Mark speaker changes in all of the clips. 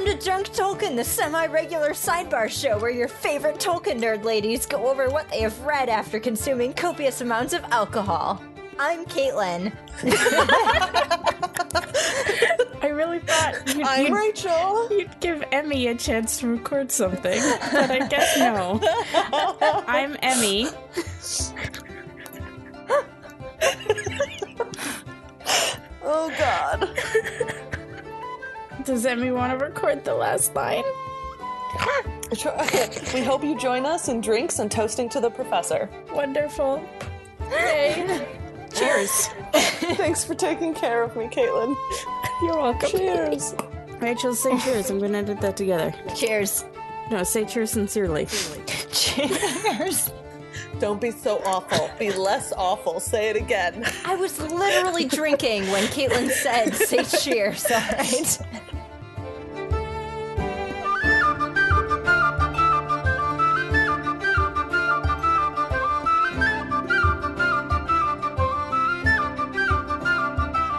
Speaker 1: to Drunk Tolkien, the semi regular sidebar show where your favorite Tolkien nerd ladies go over what they have read after consuming copious amounts of alcohol. I'm Caitlin.
Speaker 2: I really thought you'd,
Speaker 3: I'm
Speaker 2: you'd,
Speaker 3: Rachel.
Speaker 2: you'd give Emmy a chance to record something, but I guess no. I'm Emmy.
Speaker 3: Oh God.
Speaker 2: Does Emmy want to record the last line?
Speaker 3: Okay. We hope you join us in drinks and toasting to the professor.
Speaker 2: Wonderful. Yay. Cheers.
Speaker 3: Thanks for taking care of me, Caitlin.
Speaker 2: You're welcome.
Speaker 3: Cheers.
Speaker 2: Rachel, say cheers. I'm going to edit that together.
Speaker 1: Cheers.
Speaker 2: No, say cheers sincerely.
Speaker 1: Cheers.
Speaker 3: Don't be so awful. Be less awful. Say it again.
Speaker 1: I was literally drinking when Caitlin said, say cheers, all right?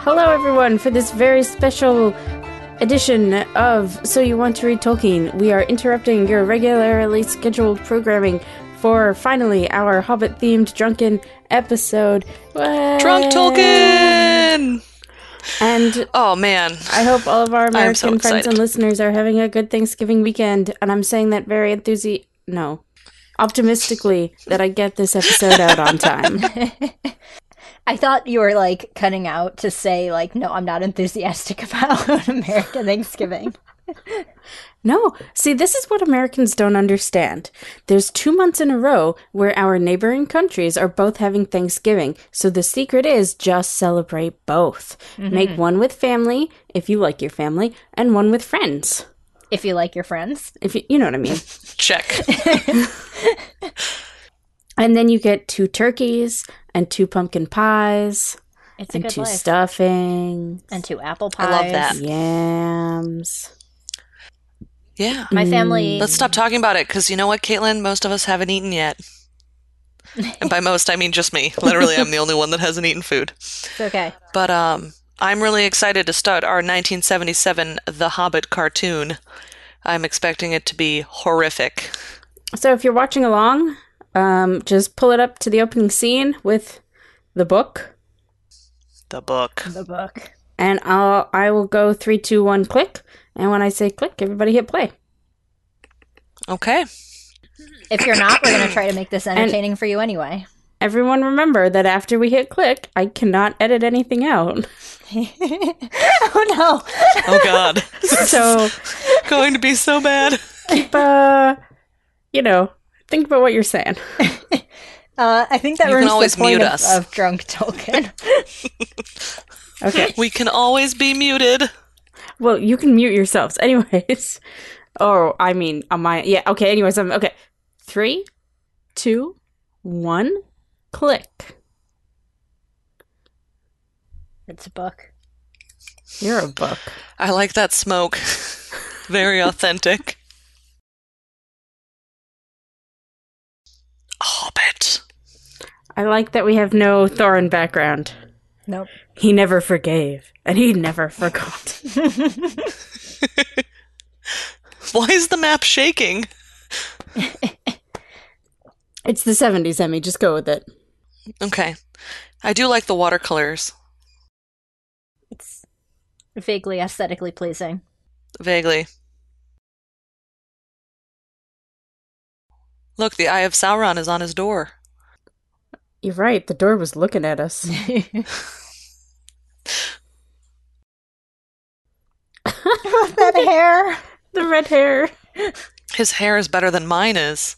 Speaker 2: Hello, everyone, for this very special edition of So You Want to Read Tolkien. We are interrupting your regularly scheduled programming for finally our Hobbit themed drunken episode.
Speaker 4: Drunk
Speaker 2: Oh.
Speaker 4: Tolkien!
Speaker 2: And
Speaker 4: Oh man.
Speaker 2: I hope all of our American
Speaker 4: so
Speaker 2: friends and
Speaker 4: excited.
Speaker 2: listeners are having a good Thanksgiving weekend. And I'm saying that very enthusi no, optimistically that I get this episode out on time.
Speaker 1: I thought you were like cutting out to say, like, no, I'm not enthusiastic about American Thanksgiving.
Speaker 2: No. See, this is what Americans don't understand. There's two months in a row where our neighboring countries are both having Thanksgiving. So the secret is just celebrate both.
Speaker 1: Mm-hmm.
Speaker 2: Make one with family, if you like your family, and one with friends.
Speaker 1: if you like your friends.
Speaker 2: If you, you know what I mean.
Speaker 4: Check.
Speaker 2: and then you get two turkeys and two pumpkin pies
Speaker 1: It's a
Speaker 2: and
Speaker 1: good
Speaker 2: two
Speaker 1: life.
Speaker 2: stuffing,
Speaker 1: And two apple pies.
Speaker 4: I love that.
Speaker 2: yams.
Speaker 4: Yeah.
Speaker 1: My family.
Speaker 4: Let's stop talking about it because you know what, Caitlin? Most of us haven't eaten yet. And by most, I mean just me. Literally, I'm the only one that hasn't eaten food.
Speaker 1: It's okay.
Speaker 4: But um, I'm really excited to start our 1977 The Hobbit cartoon. I'm expecting it to be horrific.
Speaker 2: So if you're watching along, um, just pull it up to the opening scene with the book.
Speaker 4: The book.
Speaker 1: The book.
Speaker 2: and I'll I will go three, two, one, click. And when I say click, everybody hit play.
Speaker 4: Okay.
Speaker 1: If you're not, we're going to try to make this entertaining for you anyway.
Speaker 2: Everyone remember that after we hit click, I cannot edit anything out.
Speaker 1: oh no.
Speaker 4: Oh God.
Speaker 2: So
Speaker 4: Going to be so bad.
Speaker 2: keep, uh, you know, think about what you're saying.
Speaker 1: Uh, I think that
Speaker 4: You can
Speaker 1: ruins
Speaker 4: always
Speaker 1: the point
Speaker 4: mute
Speaker 1: of,
Speaker 4: us.
Speaker 1: of drunk token.
Speaker 2: Okay.
Speaker 4: We can always be muted.
Speaker 2: well, you can mute yourselves, anyways. Oh, I mean, on my yeah. Okay. Anyways, I'm okay. Three, two, one, click.
Speaker 1: it's a book.
Speaker 2: You're a book.
Speaker 4: I like that smoke. Very authentic. Hobbit.
Speaker 2: I like that we have no Thorin background.
Speaker 1: Nope.
Speaker 2: He never forgave, and he never forgot.
Speaker 4: Why is the map shaking?
Speaker 2: It's the 70s, Emmy. Just go with it.
Speaker 4: Okay. I do like the watercolors,
Speaker 1: It's vaguely aesthetically pleasing.
Speaker 4: vaguely. Look, the Eye of Sauron is on his door.
Speaker 2: You're right. The door was looking at us.
Speaker 1: that hair.
Speaker 2: the red hair.
Speaker 4: His hair is better than mine is.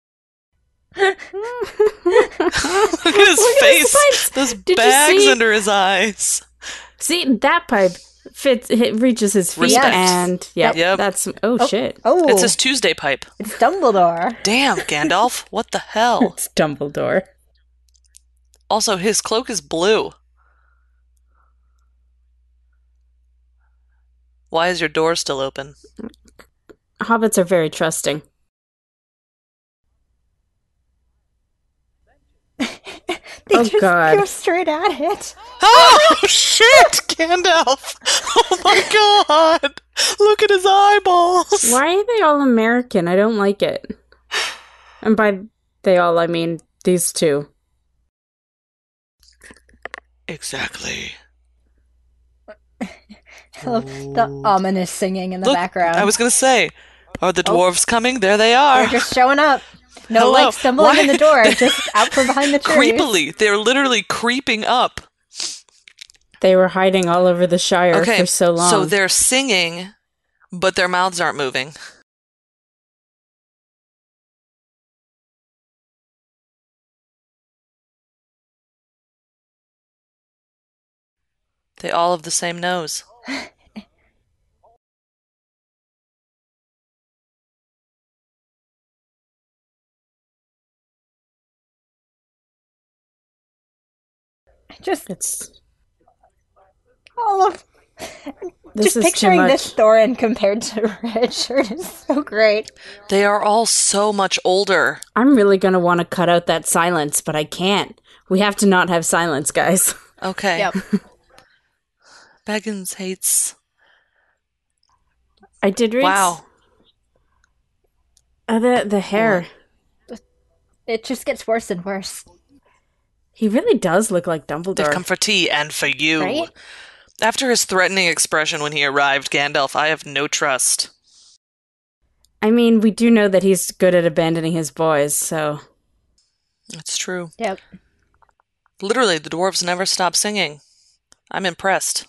Speaker 4: Look at his
Speaker 2: Look at his
Speaker 4: face.
Speaker 2: lips.
Speaker 4: Those
Speaker 2: Did you
Speaker 4: bags
Speaker 2: see?
Speaker 4: under his eyes.
Speaker 2: See, that pipe fits. It reaches his feet,
Speaker 4: Respect.
Speaker 2: and yeah,
Speaker 4: Yep.
Speaker 2: that's oh, shit.
Speaker 1: Oh,
Speaker 4: It's
Speaker 1: it's,
Speaker 4: his Tuesday pipe.
Speaker 1: Dumbledore.
Speaker 4: Damn, Gandalf. what the hell?
Speaker 2: It's Dumbledore.
Speaker 4: Also, his cloak is blue. Why is your door still open?
Speaker 2: Hobbits are very trusting.
Speaker 1: They
Speaker 2: Oh,
Speaker 1: just
Speaker 2: God.
Speaker 1: Oh, go straight at it.
Speaker 4: Oh! oh shit, Gandalf! Oh my god! Look at his eyeballs!
Speaker 2: Why are they all American? I don't like it. And by they all, I mean these two.
Speaker 4: Exactly.
Speaker 1: I love the ominous singing in the
Speaker 4: Look,
Speaker 1: background. Oh.
Speaker 4: I was gonna say, are the dwarves coming? There they are.
Speaker 1: They're just showing up. No,
Speaker 4: Hello.
Speaker 1: like stumbling in
Speaker 4: Why-
Speaker 1: the door, just out from behind the tree.
Speaker 4: Creepily, they're literally creeping up.
Speaker 2: They were hiding all over the Shire
Speaker 4: Okay,
Speaker 2: for so long.
Speaker 4: so they're singing, but their mouths aren't moving. They all have the same nose.
Speaker 1: Just
Speaker 2: it's
Speaker 1: all of.
Speaker 2: This
Speaker 1: just
Speaker 2: is too
Speaker 1: picturing this
Speaker 2: much.
Speaker 1: Thorin compared to Richard is so great.
Speaker 4: They are all so much older.
Speaker 2: I'm really gonna want to cut out that silence, but I can't. We have to not have silence, guys.
Speaker 4: Okay.
Speaker 1: Yep.
Speaker 4: Baggins hates.
Speaker 2: I did read.
Speaker 4: Wow.
Speaker 2: Uh, the the hair.
Speaker 1: It just gets worse and worse.
Speaker 2: He really does look like Dumbledore.
Speaker 4: They've come for tea and for you.
Speaker 1: Right?
Speaker 4: After his threatening expression when he arrived, Gandalf, I have no trust.
Speaker 2: I mean, we do know that he's good at abandoning his boys, so
Speaker 4: It's true.
Speaker 1: Yep.
Speaker 4: Literally, the dwarves never stop singing. I'm impressed.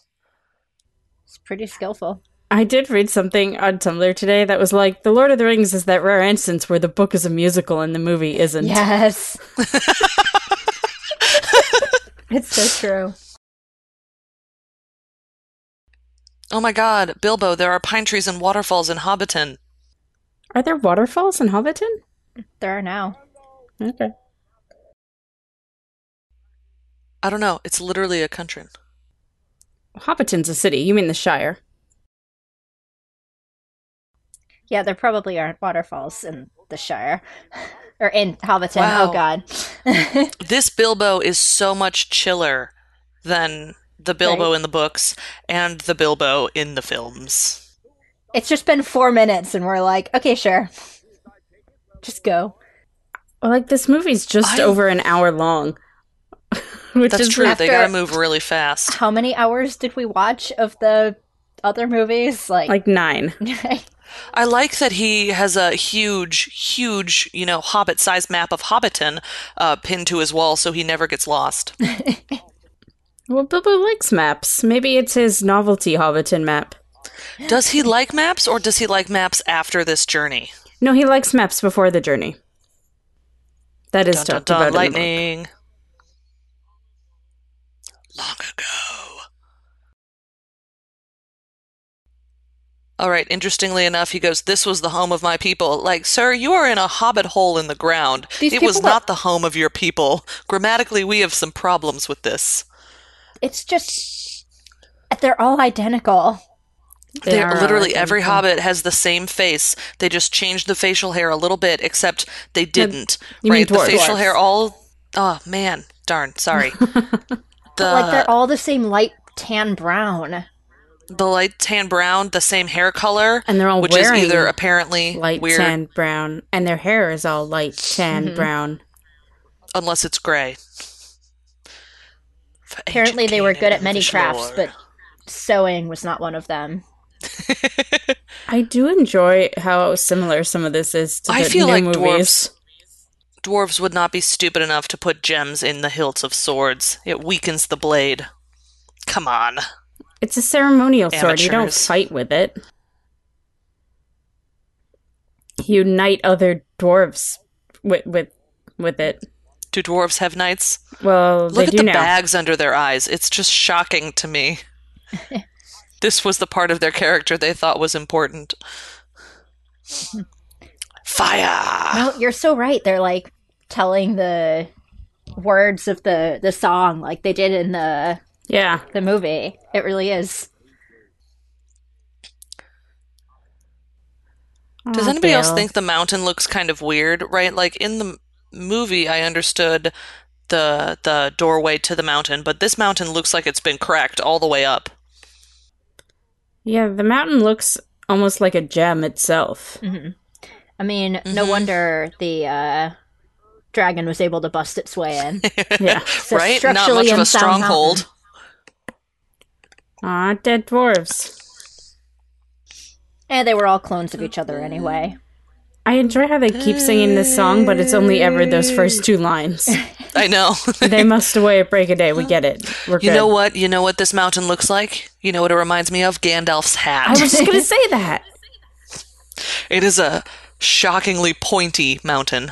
Speaker 1: It's pretty skillful.
Speaker 2: I did read something on Tumblr today that was like, The Lord of the Rings is that rare instance where the book is a musical and the movie isn't.
Speaker 1: Yes. it's so true.
Speaker 4: Oh my god, Bilbo, there are pine trees and waterfalls in Hobbiton.
Speaker 2: Are there waterfalls in Hobbiton?
Speaker 1: There are now.
Speaker 2: Okay.
Speaker 4: I don't know, it's literally a country.
Speaker 2: Hobbiton's a city. You mean the Shire.
Speaker 1: Yeah, there probably aren't waterfalls in the Shire. Or in Hobbiton.
Speaker 4: Wow.
Speaker 1: Oh, God.
Speaker 4: This Bilbo is so much chiller than the Bilbo
Speaker 1: Right.
Speaker 4: in the books and the Bilbo in the films.
Speaker 1: it's just been four minutes, and we're like, okay, sure. Just go.
Speaker 2: Well, like, this movie's just
Speaker 4: I-
Speaker 2: over an hour long. Which
Speaker 4: That's
Speaker 2: is
Speaker 4: true, they
Speaker 1: after-
Speaker 4: gotta move really fast.
Speaker 1: How many hours did we watch of the other movies? Like,
Speaker 2: like nine.
Speaker 4: I like that he has a huge, huge, you know, hobbit sized map of Hobbiton uh, pinned to his wall so he never gets lost.
Speaker 2: Well, Bilbo likes maps. Maybe it's his novelty Hobbiton map.
Speaker 4: does he like maps or does he like maps after this journey?
Speaker 2: No, he likes maps before the journey. That is
Speaker 4: Dun, dun,
Speaker 2: talked
Speaker 4: dun,
Speaker 2: about in the book.
Speaker 4: lightning. Long ago. All right, interestingly enough, he goes, This was the home of my people. Like, sir, you are in a hobbit hole in the ground.
Speaker 1: These
Speaker 4: it was
Speaker 1: people are-
Speaker 4: not the home of your people. Grammatically, we have some problems with this.
Speaker 1: it's just. They're all identical.
Speaker 2: They
Speaker 4: They
Speaker 2: are all
Speaker 4: literally every
Speaker 2: identical.
Speaker 4: hobbit has the same face. They just changed the facial hair a little bit, except they didn't.
Speaker 2: you mean
Speaker 4: right? The
Speaker 2: dwarves.
Speaker 4: facial
Speaker 1: Dwarves.
Speaker 4: hair all oh man, darn, sorry. the
Speaker 1: Like, they're all the same light tan brown.
Speaker 4: the light tan brown, the same hair color.
Speaker 2: And they're all
Speaker 4: which is
Speaker 2: wearing
Speaker 4: either apparently
Speaker 2: light
Speaker 4: weird Mm-hmm.
Speaker 2: tan brown, and their hair is all light tan brown.
Speaker 4: unless it's grey. For
Speaker 1: Apparently,
Speaker 4: ancient
Speaker 1: they were
Speaker 4: Canaan
Speaker 1: good at
Speaker 4: and
Speaker 1: many
Speaker 4: Vish
Speaker 1: crafts,
Speaker 4: lore.
Speaker 1: but sewing was not one of them.
Speaker 2: I do enjoy how similar some of this is to the
Speaker 4: I feel
Speaker 2: new
Speaker 4: like
Speaker 2: movies.
Speaker 4: dwarves dwarves would not be stupid enough to put gems in the hilts of swords. It weakens the blade. Come on.
Speaker 2: It's a ceremonial sword. You don't
Speaker 4: Amateurs.
Speaker 2: fight with it. You knight other dwarves with with with it.
Speaker 4: Do dwarves have knights?
Speaker 2: Well, they
Speaker 4: Look at
Speaker 2: do
Speaker 4: the
Speaker 2: now.
Speaker 4: bags under their eyes. It's just shocking to me. this was the part of their character they thought was important. Fire!
Speaker 1: No, you're so right. They're like telling the words of the the song like they did in the
Speaker 2: Yeah,
Speaker 1: the movie. It really is. Oh,
Speaker 4: Does
Speaker 2: Aw,
Speaker 4: anybody else
Speaker 2: Dale.
Speaker 4: think the mountain looks kind of weird, right? Like in the m- movie, I understood the the doorway to the mountain, but this mountain looks like it's been cracked all the way up.
Speaker 2: Yeah, the mountain looks almost like a gem itself.
Speaker 4: Mm-hmm.
Speaker 1: I mean, no wonder the uh, dragon was able to bust its way in.
Speaker 2: Yeah.
Speaker 1: It's a
Speaker 4: right? Not
Speaker 1: structurally
Speaker 4: much of
Speaker 1: unsound
Speaker 4: a
Speaker 1: mountain.
Speaker 4: stronghold.
Speaker 2: Ah, dead dwarves.
Speaker 1: And Eh, they were all clones of each other
Speaker 4: Mm-hmm.
Speaker 1: anyway.
Speaker 2: I enjoy how they keep singing this song, but it's only ever those first two lines.
Speaker 4: I know.
Speaker 2: they must away at break of day. We get it. We're
Speaker 4: you
Speaker 2: good.
Speaker 4: know what? You know what this mountain looks like? You know what it reminds me of? Gandalf's hat.
Speaker 2: I was just gonna say that.
Speaker 4: It is a shockingly pointy mountain.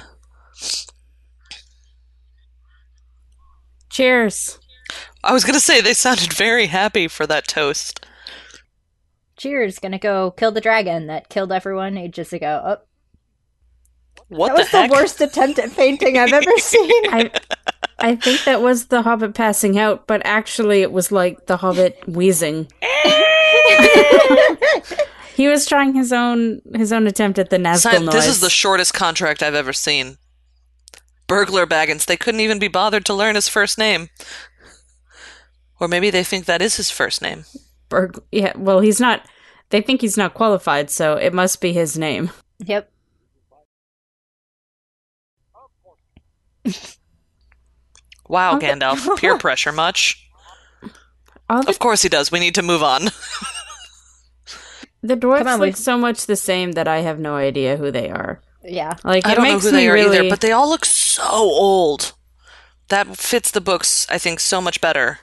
Speaker 2: Cheers.
Speaker 4: I was going to say they sounded very happy for that toast.
Speaker 1: Cheers, gonna go kill the dragon that killed everyone ages ago. Oh,
Speaker 4: What
Speaker 5: That was
Speaker 4: the
Speaker 5: the
Speaker 4: heck?
Speaker 5: worst attempt at fainting I've ever seen.
Speaker 2: I I think that was the Hobbit passing out, but actually it was like the Hobbit wheezing. he was trying his own his own attempt at the Nazgul
Speaker 4: Si-
Speaker 2: noise.
Speaker 4: this is the shortest contract I've ever seen. Burglar Baggins. They couldn't even be bothered to learn his first name. Or maybe they think that is his first name.
Speaker 2: Berg- yeah. Well, he's not. They think he's not qualified, so it must be his name.
Speaker 1: yep.
Speaker 4: Wow, Gandalf. Peer pressure much?
Speaker 2: All the
Speaker 4: Of course he does. We need to move on.
Speaker 2: The dwarves
Speaker 1: Come on,
Speaker 2: look
Speaker 1: we-
Speaker 2: so much the same that I have no idea who they are.
Speaker 1: Yeah.
Speaker 2: Like
Speaker 4: I
Speaker 2: it
Speaker 4: don't know
Speaker 2: makes
Speaker 4: who they
Speaker 2: me
Speaker 4: are
Speaker 2: really.
Speaker 4: either, but they all look so old. That fits the books, I think, so much better.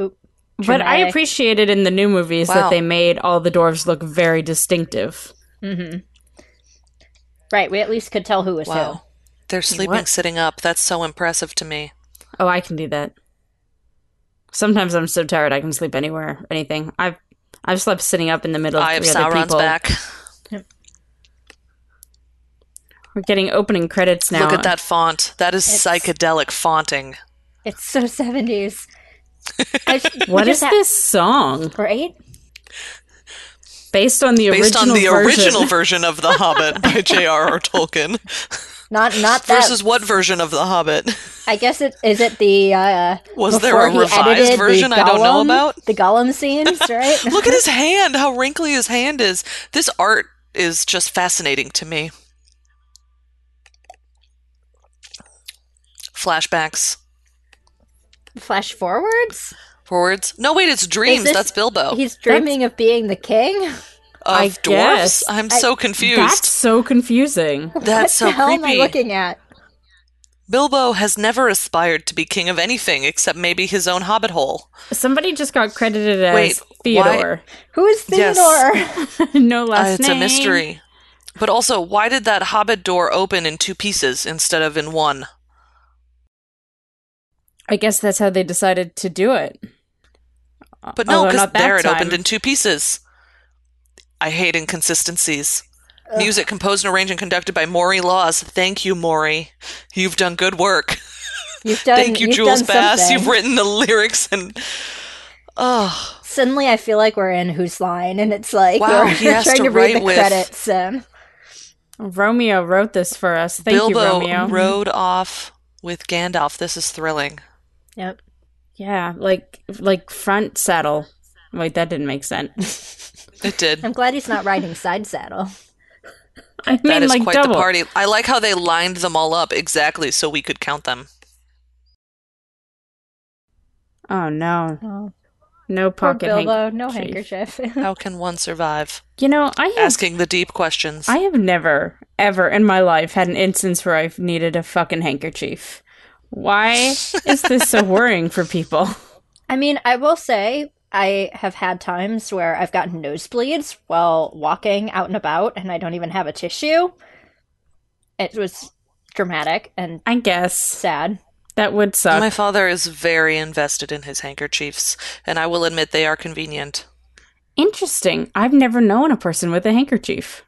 Speaker 1: Oop.
Speaker 2: but I
Speaker 1: Dramatic.
Speaker 2: appreciated in the new movies
Speaker 4: Wow.
Speaker 2: that they made all the dwarves look very distinctive.
Speaker 1: Mm-hmm. Right, we at least could tell who was
Speaker 4: Wow. They're sleeping
Speaker 2: What?
Speaker 4: sitting up. That's so impressive to me.
Speaker 2: Oh, I can do that. Sometimes I'm so tired I can sleep anywhere, anything. I've I've slept sitting up in the middle of
Speaker 4: I have
Speaker 2: three other
Speaker 4: Sauron's
Speaker 2: people.
Speaker 4: back.
Speaker 2: We're getting opening credits now.
Speaker 4: Look at that font. That is
Speaker 1: It's-
Speaker 4: psychedelic fonting.
Speaker 1: who. It's so 70s. I just-
Speaker 2: What
Speaker 1: we
Speaker 2: is
Speaker 1: just ha-
Speaker 2: this song?
Speaker 1: Right?
Speaker 2: Based on the
Speaker 4: Based
Speaker 2: original
Speaker 4: on the
Speaker 2: version.
Speaker 4: original version of The Hobbit by J.R.R. Tolkien
Speaker 1: Not not that.
Speaker 4: versus what version of The Hobbit?
Speaker 1: I guess it is it the uh
Speaker 4: Was there
Speaker 1: before
Speaker 4: a
Speaker 1: he
Speaker 4: revised
Speaker 1: edited the
Speaker 4: version I don't know
Speaker 1: Gollum-
Speaker 4: about?
Speaker 1: The Gollum scenes, right?
Speaker 4: Look at his hand, how wrinkly his hand is. This art is just fascinating to me. Flashbacks,
Speaker 1: Flash forwards?
Speaker 4: forwards. No, wait, it's dreams.
Speaker 1: Is this-
Speaker 4: That's Bilbo.
Speaker 1: He's dreaming of being the king.
Speaker 4: of
Speaker 2: I
Speaker 4: dwarves.
Speaker 2: guess.
Speaker 4: I'm so confused.
Speaker 2: That's so confusing.
Speaker 4: That's so
Speaker 1: what the hell am I
Speaker 4: creepy.
Speaker 1: looking at?
Speaker 4: Bilbo has never aspired to be king of anything except maybe his own hobbit hole.
Speaker 2: Somebody just got credited as
Speaker 4: Wait, why-
Speaker 2: Theodore.
Speaker 1: Who is Theodore?
Speaker 4: Yes.
Speaker 2: no last
Speaker 4: Uh, it's
Speaker 2: name.
Speaker 4: a mystery. But also, why did that hobbit door open in two pieces instead of in one?
Speaker 2: I guess that's how they decided to do it.
Speaker 4: But no,
Speaker 2: Uh, Although
Speaker 4: because
Speaker 2: not that
Speaker 4: there it
Speaker 2: time.
Speaker 4: opened in two pieces. I hate inconsistencies. Music composed and arranged and conducted by Maury Laws. Thank you, Maury. You've done good work.
Speaker 1: You've done,
Speaker 4: Thank you,
Speaker 1: you've
Speaker 4: Jules
Speaker 1: done
Speaker 4: Bass.
Speaker 1: something.
Speaker 4: You've written the lyrics and. Oh,
Speaker 1: Suddenly, I feel like we're in Who's Line, and it's like
Speaker 4: Wow,
Speaker 1: we're
Speaker 4: he has
Speaker 1: trying
Speaker 4: to
Speaker 1: to, read
Speaker 4: write
Speaker 1: the
Speaker 4: with-
Speaker 1: credits. And
Speaker 2: Romeo wrote this for us. Thank you,
Speaker 4: Bilbo
Speaker 2: Romeo.
Speaker 4: rode off with Gandalf. This is thrilling.
Speaker 1: yep,
Speaker 2: yeah, like like front saddle. Wait, that didn't make sense.
Speaker 4: It did.
Speaker 1: I'm glad he's not riding side saddle.
Speaker 2: I mean,
Speaker 4: That is
Speaker 2: like
Speaker 4: quite
Speaker 2: double.
Speaker 4: the party. I like how they lined them all up exactly so we could count them.
Speaker 2: Oh no,
Speaker 1: Oh,
Speaker 2: no
Speaker 1: poor
Speaker 2: pocket
Speaker 1: Bilbo,
Speaker 2: handkerchief.
Speaker 1: no handkerchief.
Speaker 4: How can one survive?
Speaker 2: You know, I have
Speaker 4: Asking the deep questions.
Speaker 2: I have never ever in my life had an instance where I've needed a fucking handkerchief. Why is this so worrying for people?
Speaker 1: I mean, I will say I have had times where I've gotten nosebleeds while walking out and about, and I don't even have a tissue. It was dramatic and
Speaker 2: I guess
Speaker 1: sad.
Speaker 2: that would suck.
Speaker 4: My father is very invested in his handkerchiefs, and I will admit they are convenient.
Speaker 2: Interesting. I've never known a person with a handkerchief.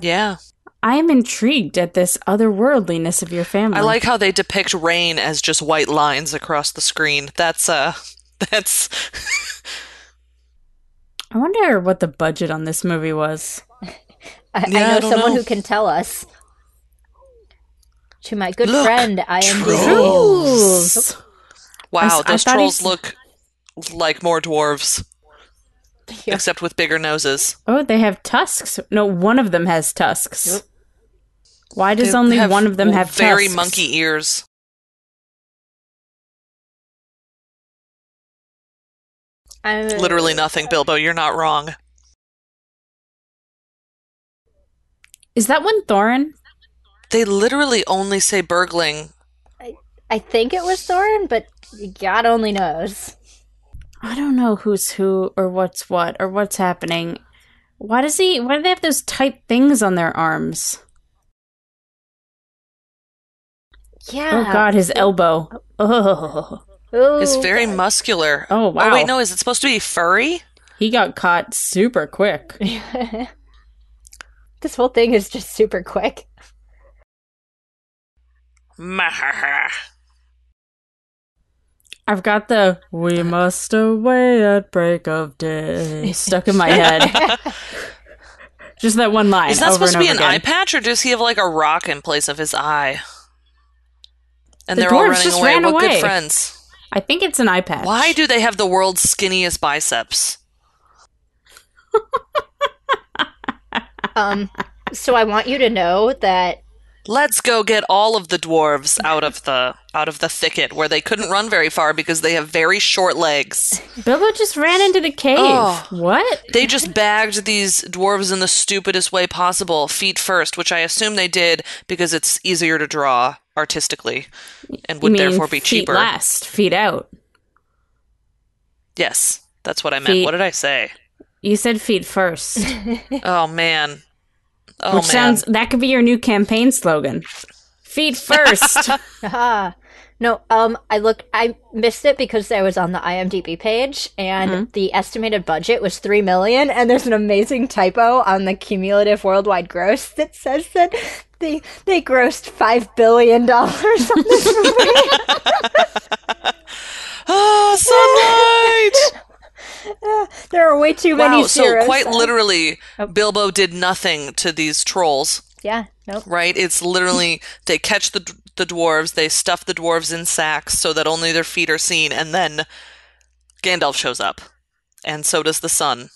Speaker 4: Yeah.
Speaker 2: I am intrigued at this otherworldliness of your family.
Speaker 4: I like how they depict rain as just white lines across the screen. That's uh that's
Speaker 2: I wonder what the budget on this movie was.
Speaker 1: I,
Speaker 4: Yeah, I
Speaker 1: I know
Speaker 4: don't
Speaker 1: someone
Speaker 4: know.
Speaker 1: who can tell us. To my good
Speaker 4: Look,
Speaker 1: friend, IMDb.
Speaker 2: Rules.
Speaker 4: Wow,
Speaker 2: s- I
Speaker 4: those
Speaker 2: thought
Speaker 4: trolls
Speaker 2: he's-
Speaker 4: look like more dwarves, except with bigger noses.
Speaker 2: Oh, they have tusks. No, one of them has tusks.
Speaker 1: Yep.
Speaker 2: Why does
Speaker 4: They
Speaker 2: only
Speaker 4: have
Speaker 2: one of them have
Speaker 4: very
Speaker 2: tusks?
Speaker 4: monkey ears.
Speaker 1: I'm
Speaker 4: Literally nothing, Bilbo. You're not wrong.
Speaker 2: Is that one Thorin?
Speaker 4: They literally only say burgling.
Speaker 1: I think it was Thorin, but God only knows.
Speaker 2: I don't know who's who or what's what or what's happening. Why does he? Why do they have those tight things on their arms?
Speaker 1: Yeah.
Speaker 2: Oh God, his elbow. Oh,
Speaker 1: Ooh.
Speaker 4: It's very muscular.
Speaker 2: Oh,
Speaker 4: Oh
Speaker 2: wow.
Speaker 4: wait, no. Is it supposed to be furry?
Speaker 2: he got caught super quick.
Speaker 1: this whole thing is just super quick.
Speaker 4: Mahaha.
Speaker 2: I've got the "We must away at break of day" stuck in my head. Just that one line.
Speaker 4: Is that
Speaker 2: over
Speaker 4: supposed to
Speaker 2: and
Speaker 4: be an
Speaker 2: over
Speaker 4: eye
Speaker 2: again.
Speaker 4: patch, or does he have like a rock in place of his eye? And
Speaker 2: The
Speaker 4: they're all
Speaker 2: dwarves
Speaker 4: running
Speaker 2: just
Speaker 4: away.
Speaker 2: ran
Speaker 4: We're
Speaker 2: away.
Speaker 4: good friends.
Speaker 2: I think it's an eye patch.
Speaker 4: Why do they have the world's skinniest biceps?
Speaker 1: Um, so I want you to know that
Speaker 4: Let's go get all of the dwarves out of the out of the thicket where they couldn't run very far because they have very short legs.
Speaker 2: Bilbo just ran into the cave?
Speaker 4: Oh.
Speaker 2: What?
Speaker 4: They just bagged these dwarves in the stupidest way possible, feet first, which I assume they did because it's easier to draw artistically and would
Speaker 2: You mean
Speaker 4: therefore be
Speaker 2: feet
Speaker 4: cheaper.
Speaker 2: Last, feet out.
Speaker 4: Yes, that's what I meant.
Speaker 2: Feet-
Speaker 4: What did I say?
Speaker 2: You said feet first,
Speaker 4: Oh man. Oh
Speaker 2: which
Speaker 4: man.
Speaker 2: sounds that could be your new campaign slogan. Feet first.
Speaker 1: ah, no, um, I look, I missed it because I was on the IMDb page, and the estimated budget was three million, and there's an amazing typo on the cumulative worldwide gross that says that they they grossed five billion dollars on this movie.
Speaker 4: Ah, sunlight.
Speaker 1: there are way too many
Speaker 4: wow,
Speaker 1: zeros.
Speaker 4: so quite
Speaker 1: then.
Speaker 4: literally
Speaker 2: Oh.
Speaker 4: Bilbo did nothing to these trolls.
Speaker 1: Yeah. Nope.
Speaker 4: right? It's literally they catch the the dwarves, they stuff the dwarves in sacks so that only their feet are seen, and then Gandalf shows up, and so does the sun,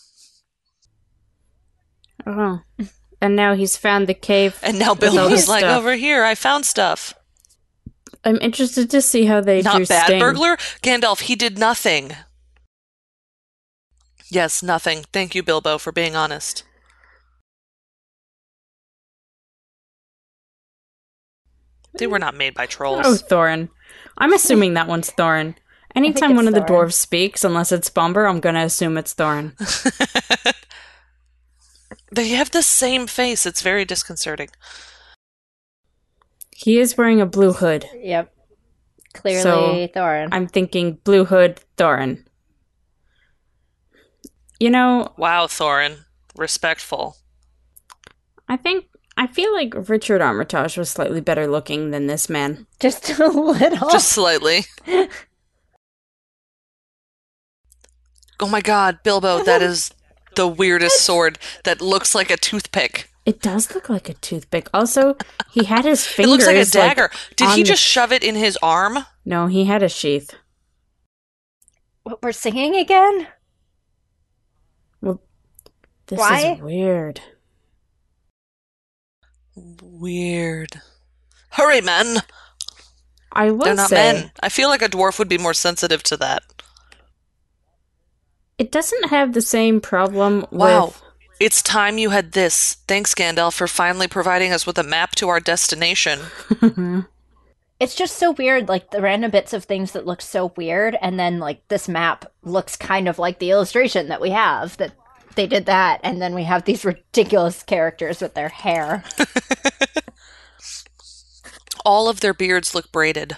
Speaker 2: oh, and now he's found the cave.
Speaker 4: and now
Speaker 2: all
Speaker 4: Bilbo's
Speaker 2: the
Speaker 4: like,
Speaker 2: stuff.
Speaker 4: "Over here, I found stuff."
Speaker 2: I'm interested to see how they do
Speaker 4: Not bad
Speaker 2: Sting.
Speaker 4: burglar, Gandalf. He did nothing. Yes, nothing. Thank you, Bilbo, for being honest. They were not made by trolls.
Speaker 2: Oh, Thorin. I'm assuming that one's Thorin. Anytime
Speaker 1: it's
Speaker 2: one of the
Speaker 1: Thorin.
Speaker 2: dwarves speaks, unless it's Bomber, I'm gonna assume it's Thorin.
Speaker 4: They have the same face. It's very disconcerting.
Speaker 2: He is wearing a blue hood.
Speaker 1: Yep. Clearly,
Speaker 2: So,
Speaker 1: Thorin.
Speaker 2: I'm thinking blue hood Thorin. You know,
Speaker 4: Wow, Thorin. Respectful.
Speaker 2: I think I feel like Richard Armitage was slightly better looking than this man.
Speaker 1: Just a little.
Speaker 4: Just slightly. oh my god, Bilbo, that is the weirdest sword that looks like a toothpick.
Speaker 2: It does look like a toothpick. Also, he had his
Speaker 4: It
Speaker 2: fingers.
Speaker 4: looks like a dagger. Did
Speaker 2: on
Speaker 4: he
Speaker 2: the-
Speaker 4: just shove it in his arm?
Speaker 2: no, he had a sheath.
Speaker 1: what we're singing again?
Speaker 2: This
Speaker 1: Why?
Speaker 2: is weird.
Speaker 4: Weird. Hurry, men!
Speaker 2: I will
Speaker 4: They're not
Speaker 2: say
Speaker 4: men. I feel like a dwarf would be more sensitive to that.
Speaker 2: it doesn't have the same problem.
Speaker 4: Wow.
Speaker 2: with...
Speaker 4: It's time you had this. Thanks, Gandalf, for finally providing us with a map to our destination.
Speaker 1: It's just so weird, like the random bits of things that look so weird, and then like this map looks kind of like the illustration that we have that they did that, and then we have these ridiculous characters with their hair.
Speaker 4: All of their beards look braided.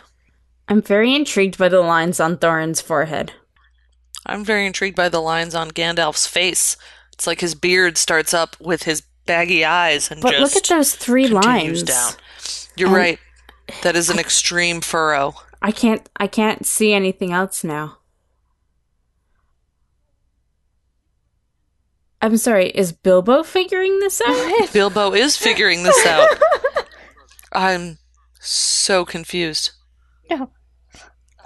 Speaker 2: I'm very intrigued by the lines on Thorin's forehead.
Speaker 4: I'm very intrigued by the lines on Gandalf's face. It's like his beard starts up with his baggy eyes and
Speaker 2: But
Speaker 4: just
Speaker 2: look at those three
Speaker 4: continues
Speaker 2: lines.
Speaker 4: down. You're right. That is an extreme furrow.
Speaker 2: I can't. I can't see anything else now. I'm sorry. Is Bilbo figuring this out?
Speaker 4: Bilbo is figuring this out. I'm so confused.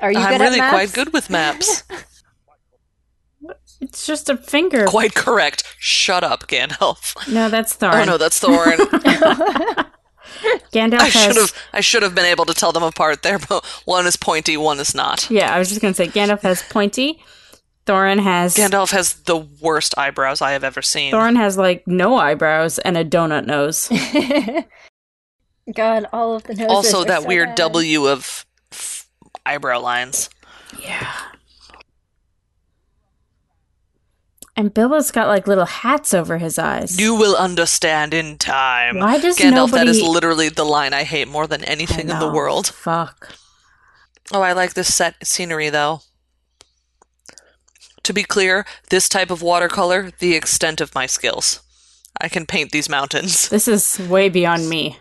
Speaker 1: Are you
Speaker 4: I'm
Speaker 1: good
Speaker 4: really
Speaker 1: at
Speaker 4: quite
Speaker 1: maps?
Speaker 4: good with maps.
Speaker 2: It's just a finger.
Speaker 4: quite correct. Shut up, Gandalf.
Speaker 2: No, that's Thorin.
Speaker 4: Oh no, that's Thorin.
Speaker 2: Gandalf
Speaker 4: I
Speaker 2: has.
Speaker 4: should have I should have been able to tell them apart there, but one is pointy, one is not.
Speaker 2: Yeah, I was just gonna say Gandalf has pointy. Thorin has.
Speaker 4: Gandalf has the worst eyebrows I have ever seen.
Speaker 2: Thorin has like no eyebrows and a donut nose.
Speaker 1: God, all of the noses.
Speaker 4: also,
Speaker 1: are
Speaker 4: that
Speaker 1: so
Speaker 4: weird
Speaker 1: bad.
Speaker 4: W of f- eyebrow lines.
Speaker 2: yeah. And Bilbo's got like little hats over his eyes.
Speaker 4: You will understand in time.
Speaker 2: Why does
Speaker 4: Gandalf, that is
Speaker 2: nobody-
Speaker 4: literally the line I hate more than
Speaker 2: I
Speaker 4: anything in the
Speaker 2: know.
Speaker 4: world.
Speaker 2: Fuck.
Speaker 4: Oh, I like this set scenery though. To be clear, this type of watercolor, the extent of my skills. I can paint these mountains.
Speaker 2: This is way beyond me.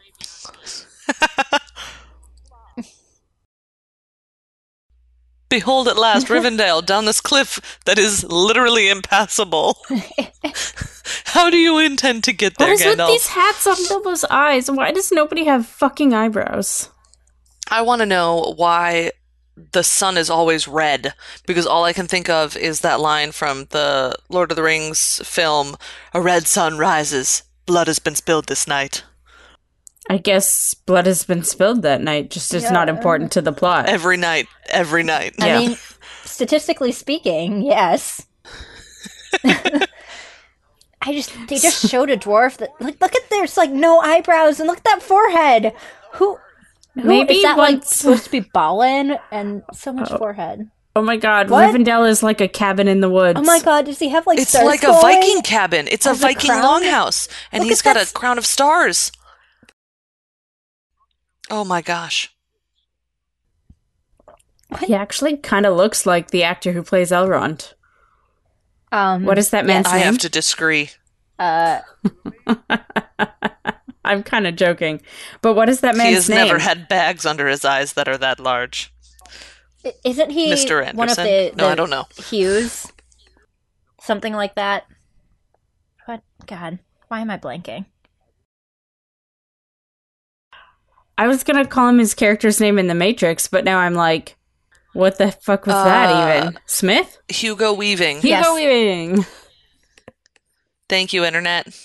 Speaker 4: Behold at last Rivendell down this cliff that is literally impassable. How do you intend to get
Speaker 2: What
Speaker 4: there,
Speaker 2: is with
Speaker 4: Gandalf?
Speaker 2: these hats on Bilbo's eyes? Why does nobody have fucking eyebrows?
Speaker 4: I want to know why the sun is always red because all I can think of is that line from the Lord of the Rings film A red sun rises, blood has been spilled this night.
Speaker 2: I guess blood has been spilled that night, just it's not important to the plot.
Speaker 4: Every night, every night.
Speaker 1: I
Speaker 2: Yeah.
Speaker 1: mean, statistically speaking, yes. I just they just showed a dwarf that like look at there's like no eyebrows and look at that forehead. Who who
Speaker 2: Maybe
Speaker 1: is that like
Speaker 2: once-
Speaker 1: supposed to be ballin and so much forehead?
Speaker 2: Oh my god,
Speaker 1: What?
Speaker 2: Rivendell is like a cabin in the woods.
Speaker 1: Oh my god, does he have like
Speaker 4: It's
Speaker 1: stars
Speaker 4: like a
Speaker 1: going?
Speaker 4: Viking cabin. It's a
Speaker 1: Has a
Speaker 4: Viking
Speaker 1: crown?
Speaker 4: longhouse, and
Speaker 1: Look
Speaker 4: he's
Speaker 1: at
Speaker 4: got
Speaker 1: that
Speaker 4: a crown of stars. Oh my gosh.
Speaker 2: He actually kind of looks like the actor who plays Elrond.
Speaker 1: Um,
Speaker 2: What is that man's
Speaker 4: I
Speaker 2: name?
Speaker 4: have to disagree.
Speaker 1: uh,
Speaker 2: I'm kind of joking, but what is that
Speaker 4: He
Speaker 2: man's
Speaker 4: has
Speaker 2: name?
Speaker 4: never had bags under his eyes that are that large.
Speaker 1: i- isn't he
Speaker 4: Mr.
Speaker 1: one of the,
Speaker 4: Anderson? No, I
Speaker 1: the
Speaker 4: don't know.
Speaker 1: Hughes, something like that? What God? Why am I blanking?
Speaker 2: I was gonna call him his character's name in The Matrix, but now I'm like, what the fuck was
Speaker 4: Uh,
Speaker 2: that even? Smith?
Speaker 4: Hugo Weaving.
Speaker 1: Yes.
Speaker 2: Hugo Weaving.
Speaker 4: Thank you, Internet.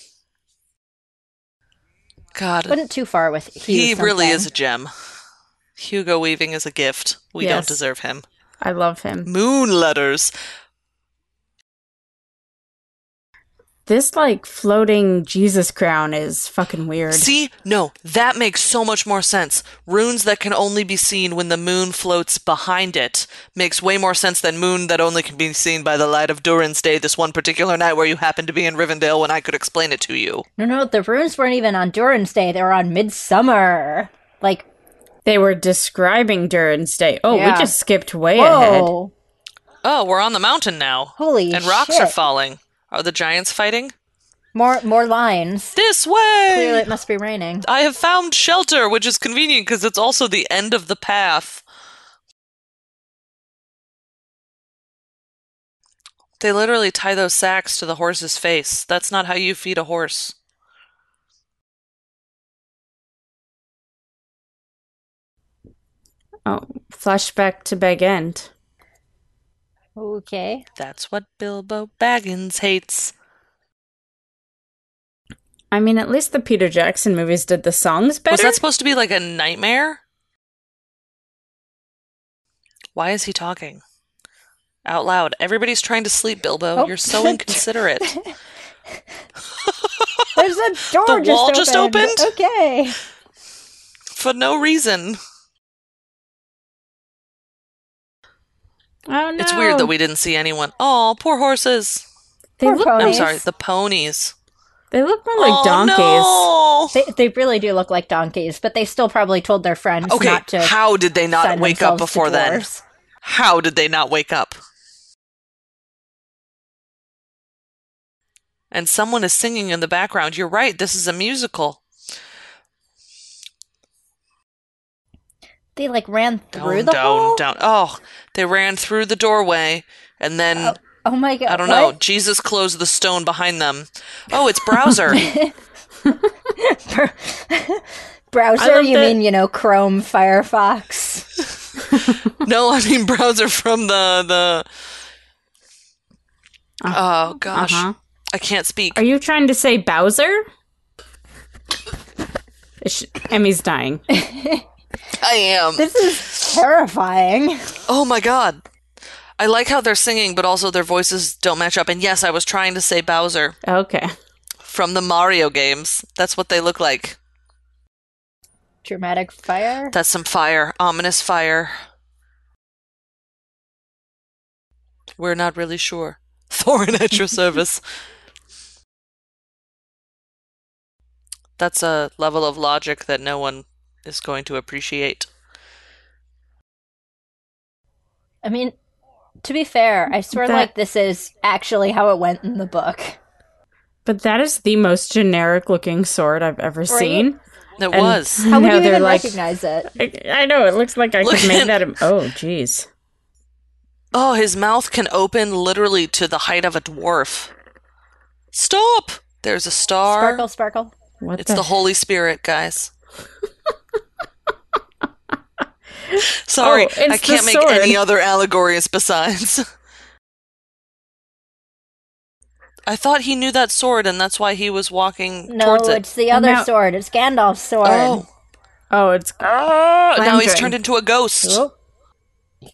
Speaker 4: God,
Speaker 1: Wasn't too far with Hughes.
Speaker 4: he really
Speaker 1: something.
Speaker 4: is a gem. Hugo Weaving is a gift. We
Speaker 2: Yes.
Speaker 4: don't deserve him.
Speaker 2: I love him.
Speaker 4: Moon letters.
Speaker 2: This like floating Jesus crown is fucking weird.
Speaker 4: See? No, that makes so much more sense. Runes that can only be seen when the moon floats behind it makes way more sense than moon that only can be seen by the light of Durin's day this one particular night where you happened to be in Rivendell when I could explain it to you.
Speaker 1: No, no, the runes weren't even on Durin's Day. They were on Midsummer. Like,
Speaker 2: They were describing Durin's day. Oh,
Speaker 1: Yeah.
Speaker 2: we just skipped way ahead.
Speaker 1: whoa.
Speaker 4: Oh, we're on the mountain now.
Speaker 1: Holy
Speaker 4: and rocks
Speaker 1: shit.
Speaker 4: are falling. Are the giants fighting?
Speaker 1: More more lines.
Speaker 4: This way!
Speaker 1: Clearly, it must be raining.
Speaker 4: I have found shelter, which is convenient because it's also the end of the path. They literally tie those sacks to the horse's face. That's not how you feed a horse.
Speaker 2: Oh, flashback to Beg End.
Speaker 1: Okay.
Speaker 4: That's what Bilbo Baggins hates.
Speaker 2: I mean, at least the Peter Jackson movies did the songs better.
Speaker 4: Was that supposed to be like a nightmare? Why is he talking? Out loud. Everybody's trying to sleep, Bilbo.
Speaker 1: Oh.
Speaker 4: You're so inconsiderate.
Speaker 1: There's a door
Speaker 4: The
Speaker 1: just
Speaker 4: wall
Speaker 1: opened.
Speaker 4: just opened?
Speaker 1: Okay.
Speaker 4: For no reason.
Speaker 2: oh no!
Speaker 4: It's weird that we didn't see anyone. Oh, poor horses.
Speaker 2: They
Speaker 1: Poor
Speaker 2: look,
Speaker 1: pony.
Speaker 4: I'm
Speaker 1: Ponies.
Speaker 4: sorry, the ponies.
Speaker 2: they look more like
Speaker 4: Oh,
Speaker 2: donkeys.
Speaker 4: no!
Speaker 1: They, they really do look like donkeys, but they still probably told their friends
Speaker 4: Okay,
Speaker 1: not to
Speaker 4: how did they not
Speaker 1: sign
Speaker 4: wake up
Speaker 1: themselves to
Speaker 4: before then?
Speaker 1: dwarves.
Speaker 4: How did they not wake up? And someone is singing in the background. You're right, this is a musical.
Speaker 1: They like ran through
Speaker 4: Down,
Speaker 1: the
Speaker 4: down,
Speaker 1: hall?
Speaker 4: down. Oh, they ran through the doorway and then
Speaker 1: Oh my god!
Speaker 4: I don't know.
Speaker 1: what?
Speaker 4: Jesus closed the stone behind them. Oh, it's Browser.
Speaker 1: Br-
Speaker 5: Browser?
Speaker 2: love
Speaker 5: You
Speaker 2: that-
Speaker 5: mean, you know, Chrome, Firefox?
Speaker 4: no, I mean browser from the the.
Speaker 1: Uh,
Speaker 4: Oh gosh,
Speaker 2: Uh-huh.
Speaker 4: I can't speak.
Speaker 2: Are you trying to say Bowser? Is she- Emmy's dying.
Speaker 4: I am.
Speaker 5: This is terrifying.
Speaker 4: Oh my god. I like how they're singing, but also their voices don't match up. And yes, I was trying to say Bowser
Speaker 2: Okay.
Speaker 4: from the Mario games. That's what they look like.
Speaker 1: Dramatic fire.
Speaker 4: That's some fire, ominous fire. We're not really sure. Thorin at your service. That's a level of logic that no one is going to appreciate.
Speaker 1: I mean, to be fair, I swear,
Speaker 2: That-
Speaker 1: like this is actually how it went in the book.
Speaker 2: But that is the most generic looking sword I've ever seen.
Speaker 4: It
Speaker 2: And
Speaker 4: was.
Speaker 1: How would
Speaker 2: now
Speaker 1: you
Speaker 2: they're
Speaker 1: even
Speaker 2: like,
Speaker 1: recognize it?
Speaker 2: I, I know it looks like I
Speaker 4: Look
Speaker 2: could make
Speaker 4: at-
Speaker 2: that. A, oh, jeez.
Speaker 4: Oh, his mouth can open literally to the height of a dwarf. Stop! There's a star.
Speaker 1: Sparkle, sparkle.
Speaker 2: What
Speaker 4: It's the Holy Spirit, guys. Sorry,
Speaker 2: Oh, it's
Speaker 4: I can't
Speaker 2: the
Speaker 4: make any
Speaker 2: sword.
Speaker 4: other allegories besides. I thought he knew that sword, and that's why he was walking
Speaker 1: No,
Speaker 4: towards it.
Speaker 1: it's the other
Speaker 2: Now-
Speaker 1: sword. It's Gandalf's sword.
Speaker 4: Oh,
Speaker 2: Oh, it's
Speaker 4: Ah, now he's
Speaker 2: Glamdring.
Speaker 4: turned into a ghost.
Speaker 1: Oh.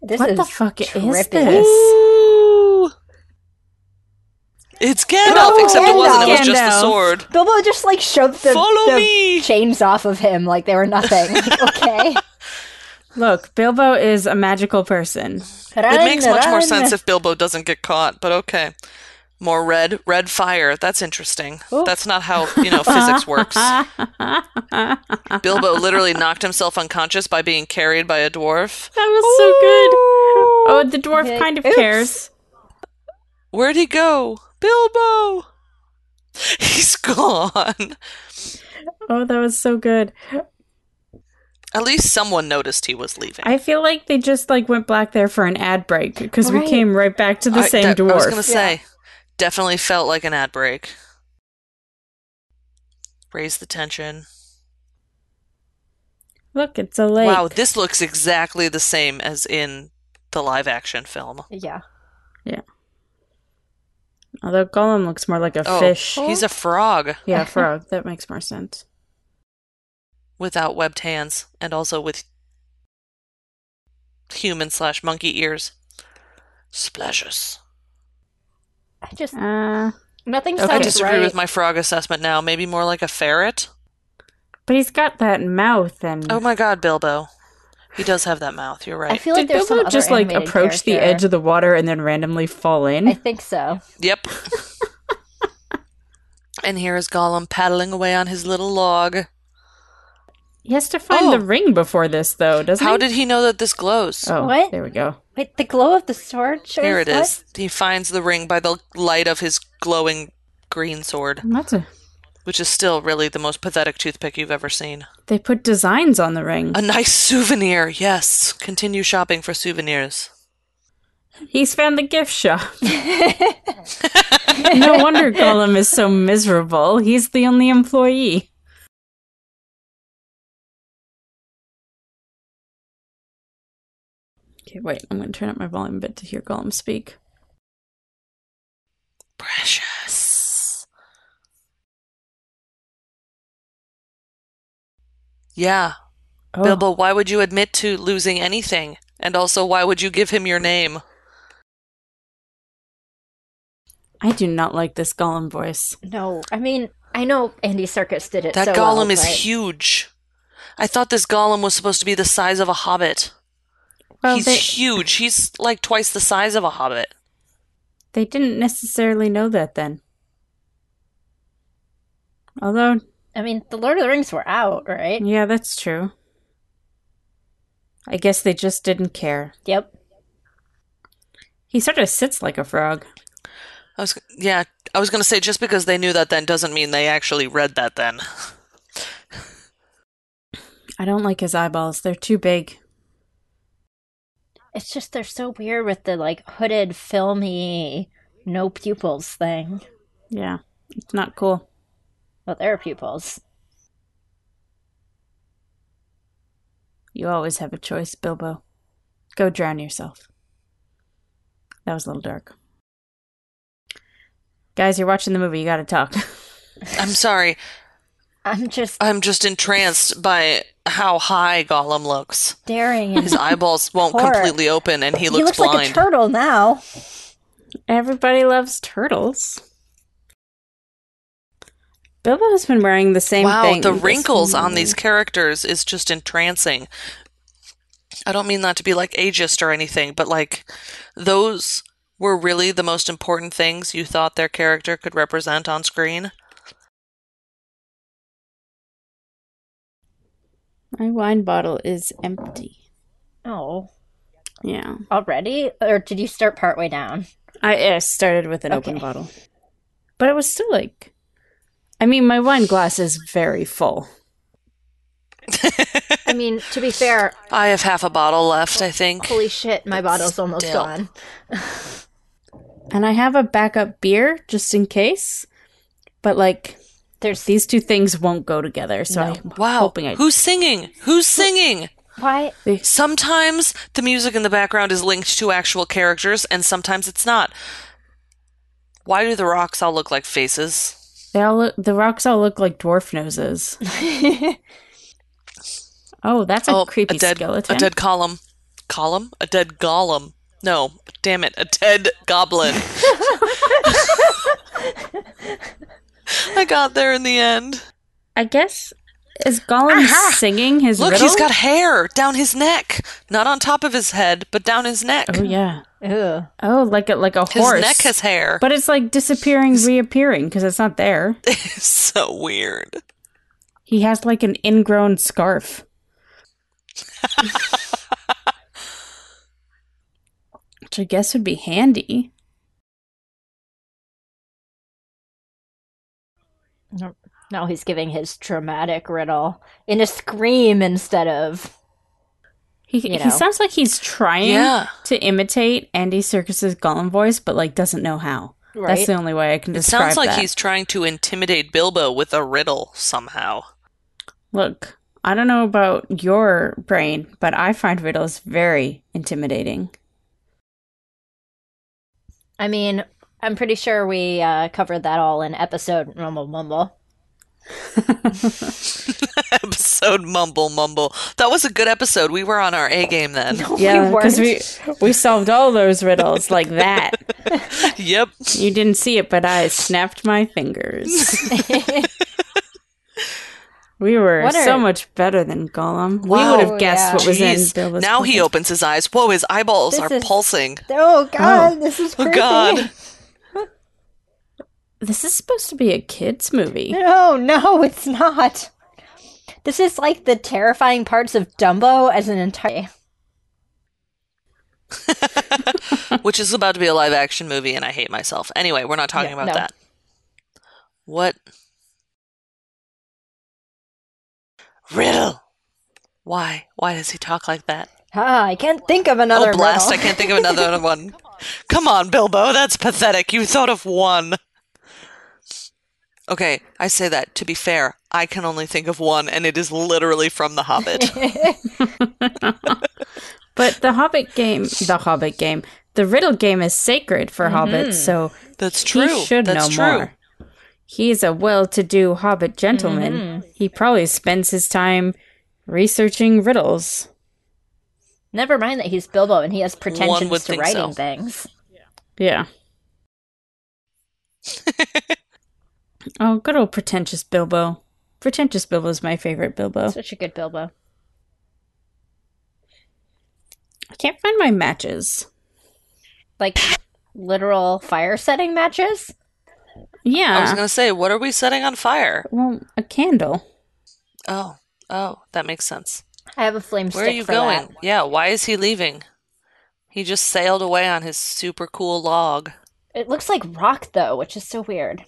Speaker 1: This
Speaker 2: what
Speaker 1: is
Speaker 2: the fuck is
Speaker 1: trippy.
Speaker 2: this?
Speaker 4: Ooh. It's Gandalf,
Speaker 5: Oh,
Speaker 4: except it wasn't. It was just
Speaker 2: Gandalf.
Speaker 4: the sword.
Speaker 1: Bilbo just like shoved the,
Speaker 4: Follow
Speaker 1: the
Speaker 4: me!
Speaker 1: chains off of him like they were nothing. Like, okay.
Speaker 2: Look, Bilbo is a magical person.
Speaker 4: It makes much more sense if Bilbo doesn't get caught, but okay. More red, red fire. That's interesting.
Speaker 2: Oh.
Speaker 4: That's not how, you know, physics works. Bilbo literally knocked himself unconscious by being carried by a dwarf.
Speaker 2: That was so good. Oh, the dwarf
Speaker 1: Okay,
Speaker 2: kind of
Speaker 1: oops.
Speaker 2: cares.
Speaker 4: Where'd he go? Bilbo! He's gone.
Speaker 2: Oh, that was so good.
Speaker 4: At least someone noticed he was leaving.
Speaker 2: I feel like they just like went black there for an ad break because we came right back to the
Speaker 4: I-
Speaker 2: same
Speaker 4: that-
Speaker 2: dwarf.
Speaker 4: I was going to say, definitely felt like an ad break. Raise the tension.
Speaker 2: Look, it's a lake.
Speaker 4: Wow, this looks exactly the same as in the live action film.
Speaker 1: Yeah.
Speaker 2: Although Gollum looks more like a
Speaker 4: Oh.
Speaker 2: fish.
Speaker 4: He's a frog
Speaker 2: Yeah, frog. That makes more sense.
Speaker 4: without webbed hands and also with human slash monkey ears. Splashes.
Speaker 1: I just
Speaker 2: Uh,
Speaker 1: nothing
Speaker 2: Okay.
Speaker 1: sounds
Speaker 4: I disagree
Speaker 1: right.
Speaker 4: with my frog assessment now. Maybe more like a ferret.
Speaker 2: but he's got that mouth and.
Speaker 4: Oh my god, Bilbo. He does have that mouth. You're
Speaker 1: I
Speaker 4: right.
Speaker 1: feel like
Speaker 2: Did
Speaker 1: there's some
Speaker 2: Bilbo
Speaker 1: other
Speaker 2: just like
Speaker 1: animated
Speaker 2: approach the edge
Speaker 1: character.
Speaker 2: of the water and then randomly fall in?
Speaker 1: I think so.
Speaker 4: Yep. and here is Gollum paddling away on his little log.
Speaker 2: he has to find the
Speaker 4: Oh.
Speaker 2: ring before this, though, doesn't
Speaker 4: How
Speaker 2: he?
Speaker 4: did he know that this glows?
Speaker 2: Oh,
Speaker 1: What?
Speaker 2: there we go.
Speaker 1: Wait, the glow of the sword. Choice?
Speaker 4: there it is.
Speaker 1: What?
Speaker 4: He finds the ring by the light of his glowing green sword,
Speaker 2: That's a.
Speaker 4: which is still really the most pathetic toothpick you've ever seen.
Speaker 2: They put designs on the ring.
Speaker 4: A nice souvenir, yes. Continue shopping for souvenirs.
Speaker 2: He's found the gift shop. no wonder Gollum is so miserable. He's the only employee. Okay, wait. I'm going to turn up my volume a bit to hear Gollum speak.
Speaker 4: Precious. Yeah,
Speaker 2: Oh,
Speaker 4: Bilbo, why would you admit to losing anything? And also, why would you give him your name?
Speaker 2: I do not like this Gollum voice.
Speaker 1: No, I mean I know Andy Circus did it.
Speaker 4: That
Speaker 1: so
Speaker 4: golem
Speaker 1: well,
Speaker 4: is
Speaker 1: but-
Speaker 4: huge. I thought this golem was supposed to be the size of a hobbit.
Speaker 2: Well,
Speaker 4: He's
Speaker 2: they,
Speaker 4: huge. He's like twice the size of a hobbit.
Speaker 2: they didn't necessarily know that then. Although,
Speaker 1: I mean, the Lord of the Rings were out, right?
Speaker 2: yeah, that's true. I guess they just didn't care.
Speaker 1: Yep.
Speaker 2: He sort of sits like a frog.
Speaker 4: I was yeah, I was going to say just because they knew that then doesn't mean they actually read that then.
Speaker 2: I don't like his eyeballs. They're too big.
Speaker 1: It's just they're so weird with the like hooded, filmy, no pupils thing.
Speaker 2: Yeah. It's not cool.
Speaker 1: Well, there are pupils.
Speaker 2: You always have a choice, Bilbo. Go drown yourself. That was a little dark. Guys, you're watching the movie. You got to talk.
Speaker 4: I'm sorry.
Speaker 1: I'm just
Speaker 4: I'm just entranced by how high Gollum looks.
Speaker 1: staring at
Speaker 4: His eyeballs won't
Speaker 1: Horror.
Speaker 4: completely open, and he looks,
Speaker 1: He looks
Speaker 4: blind.
Speaker 1: like a turtle now.
Speaker 2: Everybody loves turtles. Bilbo has been wearing the same
Speaker 4: wow,
Speaker 2: thing.
Speaker 4: the
Speaker 2: this
Speaker 4: wrinkles on
Speaker 2: movie.
Speaker 4: these characters is just entrancing. I don't mean that to be like ageist or anything, but like those were really the most important things you thought their character could represent on screen.
Speaker 2: My wine bottle is empty.
Speaker 1: Oh,
Speaker 2: Yeah.
Speaker 1: already? Or did you start partway down?
Speaker 2: I, I started with an open
Speaker 1: Okay.
Speaker 2: bottle. But it was still like. I mean, my wine glass is very full.
Speaker 1: I mean, to be fair,
Speaker 4: I have half a bottle left, I think.
Speaker 1: holy shit, my bottle's almost
Speaker 4: Still.
Speaker 1: gone.
Speaker 2: And I have a backup beer just in case. But like,
Speaker 1: There's
Speaker 2: these two things won't go together. So
Speaker 1: No.
Speaker 2: I'm
Speaker 4: Wow.
Speaker 2: hoping I.
Speaker 4: Who's singing? Who's singing?
Speaker 1: why
Speaker 4: Sometimes the music in the background is linked to actual characters, and sometimes it's not. Why do the rocks all look like faces?
Speaker 2: They all look, the rocks all look like dwarf noses. oh, that's a creepy
Speaker 4: a dead,
Speaker 2: skeleton.
Speaker 4: A dead column. Column? A dead golem. No, damn it, a dead goblin. I got there in the end.
Speaker 2: I guess is Gollum singing his
Speaker 4: Look,
Speaker 2: riddle?
Speaker 4: he's got hair down his neck. Not on top of his head, but down his neck.
Speaker 2: oh yeah.
Speaker 1: Ugh.
Speaker 2: Oh, like a like a
Speaker 4: his
Speaker 2: horse.
Speaker 4: neck has hair.
Speaker 2: but it's like disappearing, reappearing because it's not there.
Speaker 4: it's so weird.
Speaker 2: He has like an ingrown scarf. Which I guess would be handy.
Speaker 1: now he's giving his dramatic riddle in a scream instead of
Speaker 2: He,
Speaker 1: You
Speaker 2: he
Speaker 1: know.
Speaker 2: sounds like he's trying
Speaker 4: Yeah.
Speaker 2: to imitate Andy Circus's Gollum voice, but like doesn't know how. That's
Speaker 1: right.
Speaker 2: the only way I can
Speaker 4: It
Speaker 2: describe
Speaker 4: sounds like
Speaker 2: that.
Speaker 4: he's trying to intimidate Bilbo with a riddle somehow.
Speaker 2: Look, I don't know about your brain, but I find riddles very intimidating.
Speaker 1: I mean, I'm pretty sure we uh, covered that all in episode Rumble Mumble.
Speaker 4: episode Mumble Mumble. That was a good episode. We were on our A game then.
Speaker 2: Yeah,
Speaker 1: we
Speaker 2: because we
Speaker 1: weren't.
Speaker 2: we solved all those riddles like that.
Speaker 4: yep.
Speaker 2: You didn't see it, but I snapped my fingers. we were
Speaker 1: What are-
Speaker 2: so much better than Gollum.
Speaker 1: Wow.
Speaker 2: we would have guessed
Speaker 1: Yeah.
Speaker 2: what was
Speaker 4: Jeez.
Speaker 2: in Bilbo's.
Speaker 4: now he
Speaker 2: pocket.
Speaker 4: opens his eyes. Whoa, his eyeballs
Speaker 1: This
Speaker 4: are
Speaker 1: is-
Speaker 4: pulsing.
Speaker 1: Oh god, this is
Speaker 4: Oh
Speaker 1: creepy.
Speaker 4: god.
Speaker 2: This is supposed to be a kids' movie.
Speaker 1: No, no, it's not. This is like the terrifying parts of Dumbo as an entire.
Speaker 4: Which is about to be a live action movie and I hate myself. Anyway, we're not talking
Speaker 1: Yeah,
Speaker 4: about
Speaker 1: no.
Speaker 4: that. What Riddle. Why? Why does he talk like that?
Speaker 1: Ah, I can't think of another.
Speaker 4: oh blast,
Speaker 1: riddle.
Speaker 4: I can't think of another one. Come on, Bilbo, that's pathetic. You thought of one. Okay, I say that to be fair. I can only think of one, and it is literally from The Hobbit.
Speaker 2: But the Hobbit game, the Hobbit game, the riddle game is sacred for
Speaker 1: Mm-hmm.
Speaker 2: hobbits. So
Speaker 4: That's true.
Speaker 2: He should
Speaker 4: That's
Speaker 2: know
Speaker 4: true.
Speaker 2: more. He's a well-to-do hobbit gentleman.
Speaker 1: Mm-hmm.
Speaker 2: He probably spends his time researching riddles.
Speaker 1: Never mind that he's Bilbo and he has
Speaker 4: would
Speaker 1: pretensions to
Speaker 4: think
Speaker 1: writing
Speaker 4: so.
Speaker 1: things.
Speaker 2: Yeah. oh, good old pretentious Bilbo. Pretentious Bilbo is my favorite Bilbo.
Speaker 1: Such a good Bilbo.
Speaker 2: I can't find my matches.
Speaker 1: Like literal fire setting matches.
Speaker 2: Yeah.
Speaker 4: I was going to say, what are we setting on fire?
Speaker 2: well, a candle.
Speaker 4: Oh, oh, that makes sense.
Speaker 1: I have a flame stick.
Speaker 4: Where are you
Speaker 1: for
Speaker 4: going?
Speaker 1: that.
Speaker 4: Yeah, why is he leaving? He just sailed away on his super cool log.
Speaker 1: It looks like rock though, which is so weird.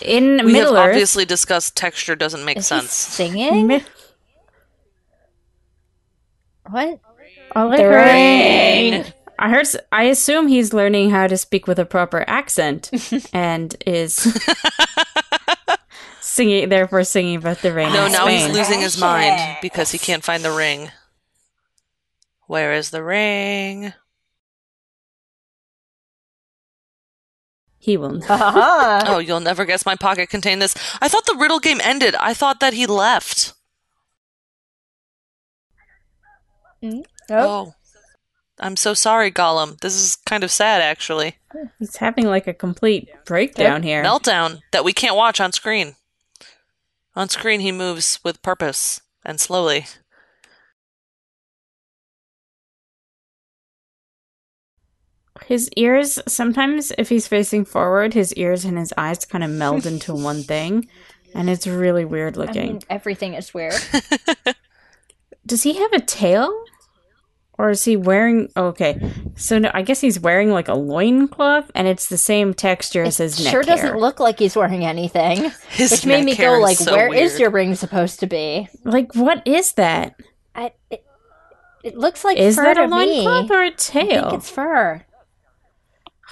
Speaker 2: In
Speaker 4: we
Speaker 2: Middle
Speaker 4: have
Speaker 2: Earth.
Speaker 4: obviously discussed texture doesn't make
Speaker 1: Is he
Speaker 4: sense.
Speaker 1: singing?
Speaker 2: Mi-
Speaker 1: what?
Speaker 2: All I
Speaker 1: The
Speaker 2: heard-
Speaker 1: rain.
Speaker 2: I heard. s- I assume he's learning how to speak with a proper accent, and is singing, therefore singing about the rain.
Speaker 4: No,
Speaker 2: in
Speaker 4: now he's
Speaker 2: Spain.
Speaker 4: losing his mind because he can't find the ring. Where is the ring?
Speaker 2: He will.
Speaker 1: Uh-huh.
Speaker 4: Oh, you'll never guess my pocket contained this. I thought the riddle game ended. I thought that he left.
Speaker 1: Oh.
Speaker 4: Oh. I'm so sorry, Gollum. This is kind of sad, actually.
Speaker 2: He's having like a complete breakdown here.
Speaker 4: Meltdown that we can't watch on screen. On screen, he moves with purpose and slowly.
Speaker 2: His ears sometimes, if he's facing forward, his ears and his eyes kind of meld into one thing, and it's really weird
Speaker 1: I
Speaker 2: looking.
Speaker 1: mean, everything is weird.
Speaker 2: Does he have a tail? Or is he wearing? oh, Okay, so no, I guess he's wearing like a loincloth, and it's the same texture as his neck
Speaker 1: sure
Speaker 2: hair.
Speaker 1: doesn't look like he's wearing anything,
Speaker 4: His
Speaker 1: which made
Speaker 4: neck
Speaker 1: me
Speaker 4: hair
Speaker 1: go
Speaker 4: is
Speaker 1: like,
Speaker 4: so
Speaker 1: "Where is
Speaker 4: weird.
Speaker 1: your ring supposed to be?"
Speaker 2: like what is that?
Speaker 1: I, it, it looks like
Speaker 2: Is
Speaker 1: fur
Speaker 2: that
Speaker 1: to
Speaker 2: a
Speaker 1: me.
Speaker 2: loincloth or a
Speaker 1: I think
Speaker 2: tail?
Speaker 1: it's fur.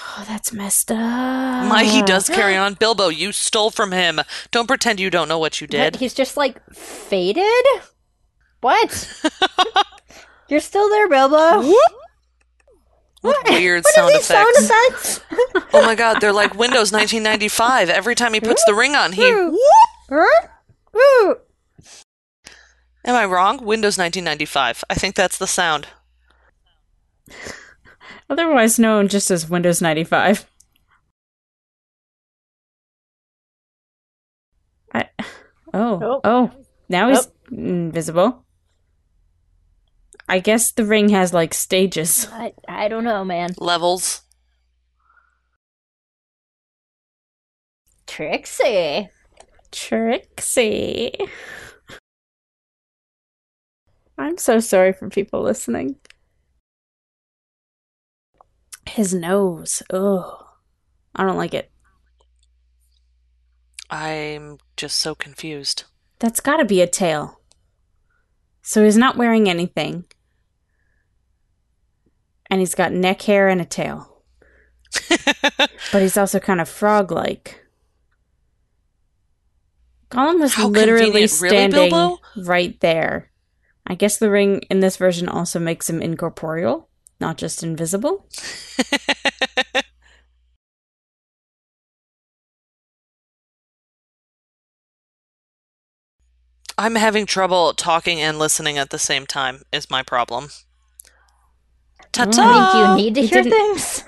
Speaker 2: Oh, that's messed up.
Speaker 1: Uh,
Speaker 4: Mikey does carry on. Bilbo, you stole from him. Don't pretend you don't know what you
Speaker 1: But
Speaker 4: did.
Speaker 1: he's just like faded. What? You're still there, Bilbo.
Speaker 4: With weird
Speaker 1: What
Speaker 4: sound
Speaker 1: are these sound
Speaker 4: effects.
Speaker 1: effects?
Speaker 4: oh my god, they're like Windows 1995. Every time he puts the ring on, he.
Speaker 1: Huh? Ooh.
Speaker 4: Am I wrong? Windows 1995. I think that's the sound.
Speaker 2: Otherwise known just as Windows 95. I, oh, oh,
Speaker 1: Oh.
Speaker 2: now he's invisible. I guess the ring has like stages.
Speaker 1: I, I don't know, man.
Speaker 4: Levels.
Speaker 1: Trixie.
Speaker 2: Trixie. I'm so sorry for people listening. His nose. Oh, I don't like it.
Speaker 4: I'm just so confused.
Speaker 2: That's got to be a tail. So he's not wearing anything. And he's got neck hair and a tail. but he's also kind of frog like. Gollum was
Speaker 4: How
Speaker 2: literally
Speaker 4: convenient. Really,
Speaker 2: standing
Speaker 4: Bilbo?
Speaker 2: right there. I guess the ring in this version also makes him incorporeal, not just invisible.
Speaker 4: I'm having trouble talking and listening at the same time, is my problem. Ta
Speaker 1: Hmm. Mm, I
Speaker 4: ta!
Speaker 1: think you need to
Speaker 2: He
Speaker 1: hear
Speaker 2: didn't-
Speaker 1: things.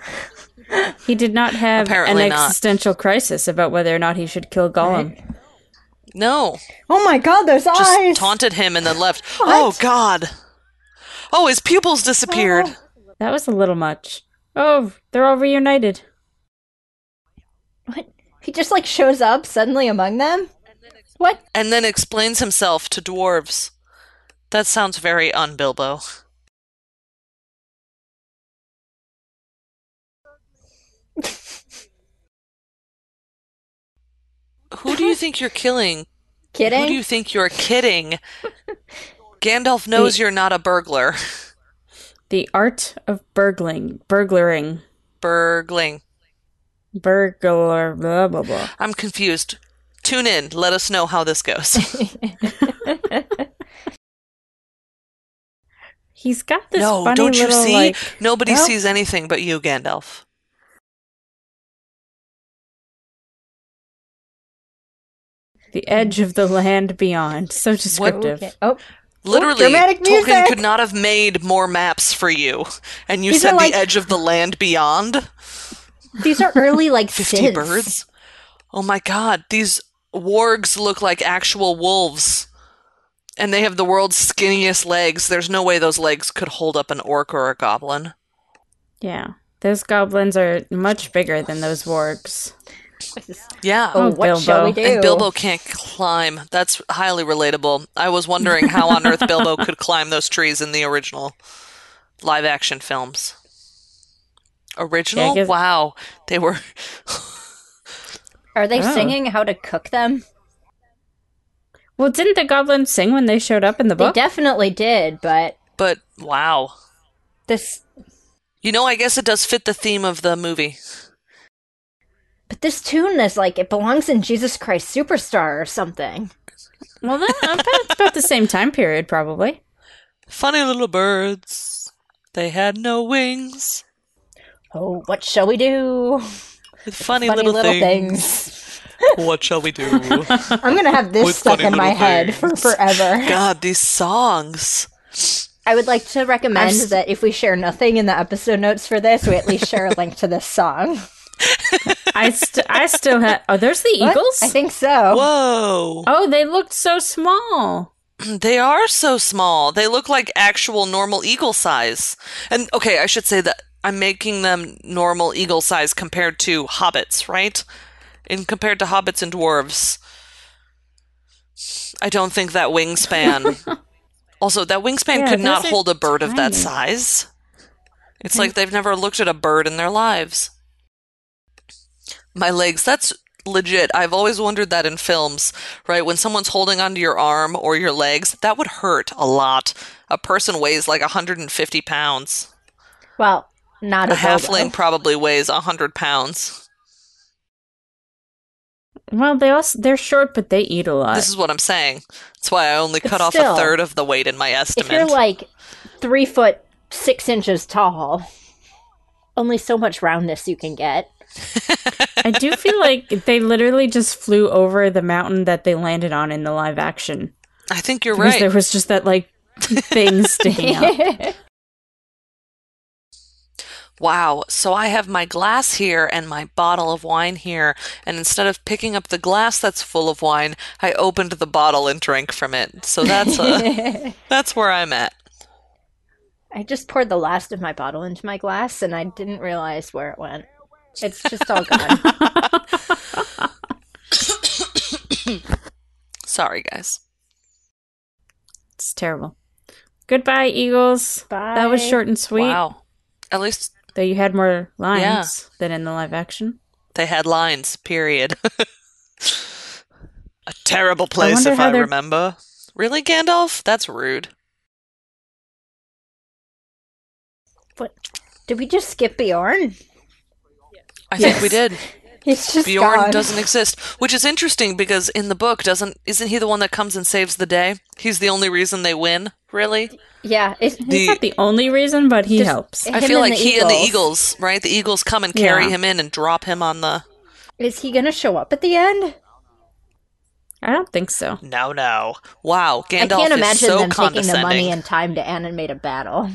Speaker 2: He did not have
Speaker 4: Apparently
Speaker 2: an
Speaker 4: not.
Speaker 2: existential crisis about whether or not he should kill Gollum.
Speaker 4: No,
Speaker 5: Oh my god, those
Speaker 4: just
Speaker 5: eyes!
Speaker 4: taunted him and then left. Oh, God. Oh, his pupils disappeared.
Speaker 1: Oh.
Speaker 2: That was a little much. Oh, they're all reunited.
Speaker 1: What?
Speaker 5: he just like shows up suddenly among them.
Speaker 1: What?
Speaker 4: And then explains himself to dwarves. That sounds very un Bilbo. Who do you think you're killing, Who
Speaker 1: Kidding?
Speaker 4: do you think you're kidding? Gandalf knows you're not a burglar.
Speaker 2: The art of burgling, burglaring,
Speaker 4: Burgling.
Speaker 2: burglar, blah blah blah.
Speaker 4: I'm confused. Tune in. Let us know how this goes.
Speaker 2: He's got this
Speaker 4: no,
Speaker 2: funny
Speaker 4: don't you
Speaker 2: little
Speaker 4: see?
Speaker 2: like.
Speaker 4: Nobody
Speaker 2: No.
Speaker 4: sees anything but you, Gandalf.
Speaker 2: The edge of the land beyond. So descriptive.
Speaker 1: Okay. Oh,
Speaker 4: Literally,
Speaker 5: dramatic
Speaker 4: Tolkien
Speaker 5: music.
Speaker 4: could not have made more maps for you. And you
Speaker 1: These are
Speaker 4: said
Speaker 1: like-
Speaker 4: the edge of the land beyond?
Speaker 1: these are early like
Speaker 4: 50
Speaker 1: synths.
Speaker 4: birds? Oh my god, these wargs look like actual wolves. And they have the world's skinniest legs. There's no way those legs could hold up an orc or a goblin.
Speaker 2: Yeah, those goblins are much bigger than those wargs.
Speaker 4: Yeah.
Speaker 1: Oh,
Speaker 2: Oh,
Speaker 1: what shall we do?
Speaker 2: Bilbo.
Speaker 4: And Bilbo can't climb. That's highly relatable. I was wondering how on earth Bilbo could climb those trees in the original live action films. Original?
Speaker 2: Yeah, I guess-
Speaker 4: Wow. They were
Speaker 1: Are they
Speaker 2: Oh.
Speaker 1: singing how to cook them?
Speaker 2: Well, didn't the goblins sing when they showed up in the
Speaker 1: They
Speaker 2: book?
Speaker 1: definitely did, but
Speaker 4: but wow.
Speaker 1: this
Speaker 4: You know, I guess it does fit the theme of the movie.
Speaker 1: but but this tune is like it belongs in Jesus Christ Superstar or something.
Speaker 2: Well, that, about, it's about the same time period, probably.
Speaker 4: Funny little birds. They had no wings.
Speaker 1: Oh, what shall we do?
Speaker 4: With funny, little, things. What shall we do?
Speaker 1: I'm gonna have this
Speaker 4: With
Speaker 1: stuck
Speaker 4: funny
Speaker 1: in my
Speaker 4: little
Speaker 1: head for
Speaker 4: things.
Speaker 1: forever.
Speaker 4: God, these songs.
Speaker 1: I would like to recommend
Speaker 2: I've s-
Speaker 1: that if we share nothing in the episode notes for this, we at least share a link to this song.
Speaker 2: I st- I still have. Oh, there's the
Speaker 1: What?
Speaker 2: Eagles.
Speaker 1: I think so.
Speaker 4: Whoa.
Speaker 2: oh, they looked so small.
Speaker 4: They are so small. They look like actual normal eagle size. And okay, I should say that I'm making them normal eagle size compared to hobbits, right? And compared to hobbits and dwarves. I don't think that wingspan. also, that wingspan
Speaker 2: Yeah,
Speaker 4: could not
Speaker 2: those are
Speaker 4: hold a bird of that
Speaker 2: tiny.
Speaker 4: size. It's like they've never looked at a bird in their lives. My legs, that's legit. I've always wondered that in films, right? When someone's holding onto your arm or your legs, that would hurt a lot. A person weighs like 150 pounds.
Speaker 1: Well, not
Speaker 4: A
Speaker 1: a bobo.
Speaker 4: halfling probably weighs 100 pounds.
Speaker 2: Well, they also they're short, but they eat a lot.
Speaker 4: This is what I'm saying. That's why I only cut off
Speaker 1: still,
Speaker 4: a third of the weight in my
Speaker 1: If you're
Speaker 4: estimate.
Speaker 1: like three foot six inches tall, only so much roundness you can get.
Speaker 2: I do feel like they literally just flew over the mountain that they landed on in the live action
Speaker 4: I think you're
Speaker 2: because
Speaker 4: right.
Speaker 2: there was just that like thing sticking out.
Speaker 4: Wow. So I have my glass here and my bottle of wine here. And instead of picking up the glass that's full of wine, I opened the bottle and drank from it. So that's a, that's where I'm at.
Speaker 1: I just poured the last of my bottle into my glass and I didn't realize where it went. It's just all gone.
Speaker 4: Sorry, guys.
Speaker 2: It's terrible. Goodbye, Eagles.
Speaker 1: Bye.
Speaker 2: That was short and sweet.
Speaker 4: Wow. At least
Speaker 2: Though you had more lines
Speaker 4: Yeah.
Speaker 2: than in the live action.
Speaker 4: they had lines, period. a terrible place
Speaker 2: wonder
Speaker 4: if
Speaker 2: how
Speaker 4: I
Speaker 2: they're-
Speaker 4: remember. Really, Gandalf? That's rude.
Speaker 1: Did we just skip Bjorn?
Speaker 4: I think we
Speaker 2: Yes.
Speaker 4: did.
Speaker 1: He's just
Speaker 4: Bjorn
Speaker 1: gone.
Speaker 4: doesn't exist, which is interesting because in the book doesn't isn't he the one that comes and saves the day? He's the only reason they win, really?
Speaker 1: Yeah, it,
Speaker 2: He's not the only reason, but he
Speaker 1: Just-
Speaker 2: helps.
Speaker 1: it-
Speaker 4: I
Speaker 1: Him
Speaker 4: feel
Speaker 1: and
Speaker 4: like
Speaker 1: the
Speaker 4: he and the
Speaker 1: Eagles.
Speaker 4: Eagles, right? The Eagles come and carry
Speaker 2: Yeah.
Speaker 4: him in and drop him on the
Speaker 1: is he gonna show up at the end?
Speaker 2: I don't think so.
Speaker 4: No, no. Wow, Gandalf
Speaker 1: I can't
Speaker 4: is
Speaker 1: imagine them
Speaker 4: so
Speaker 1: taking the
Speaker 4: condescending.
Speaker 1: money and time to animate a battle.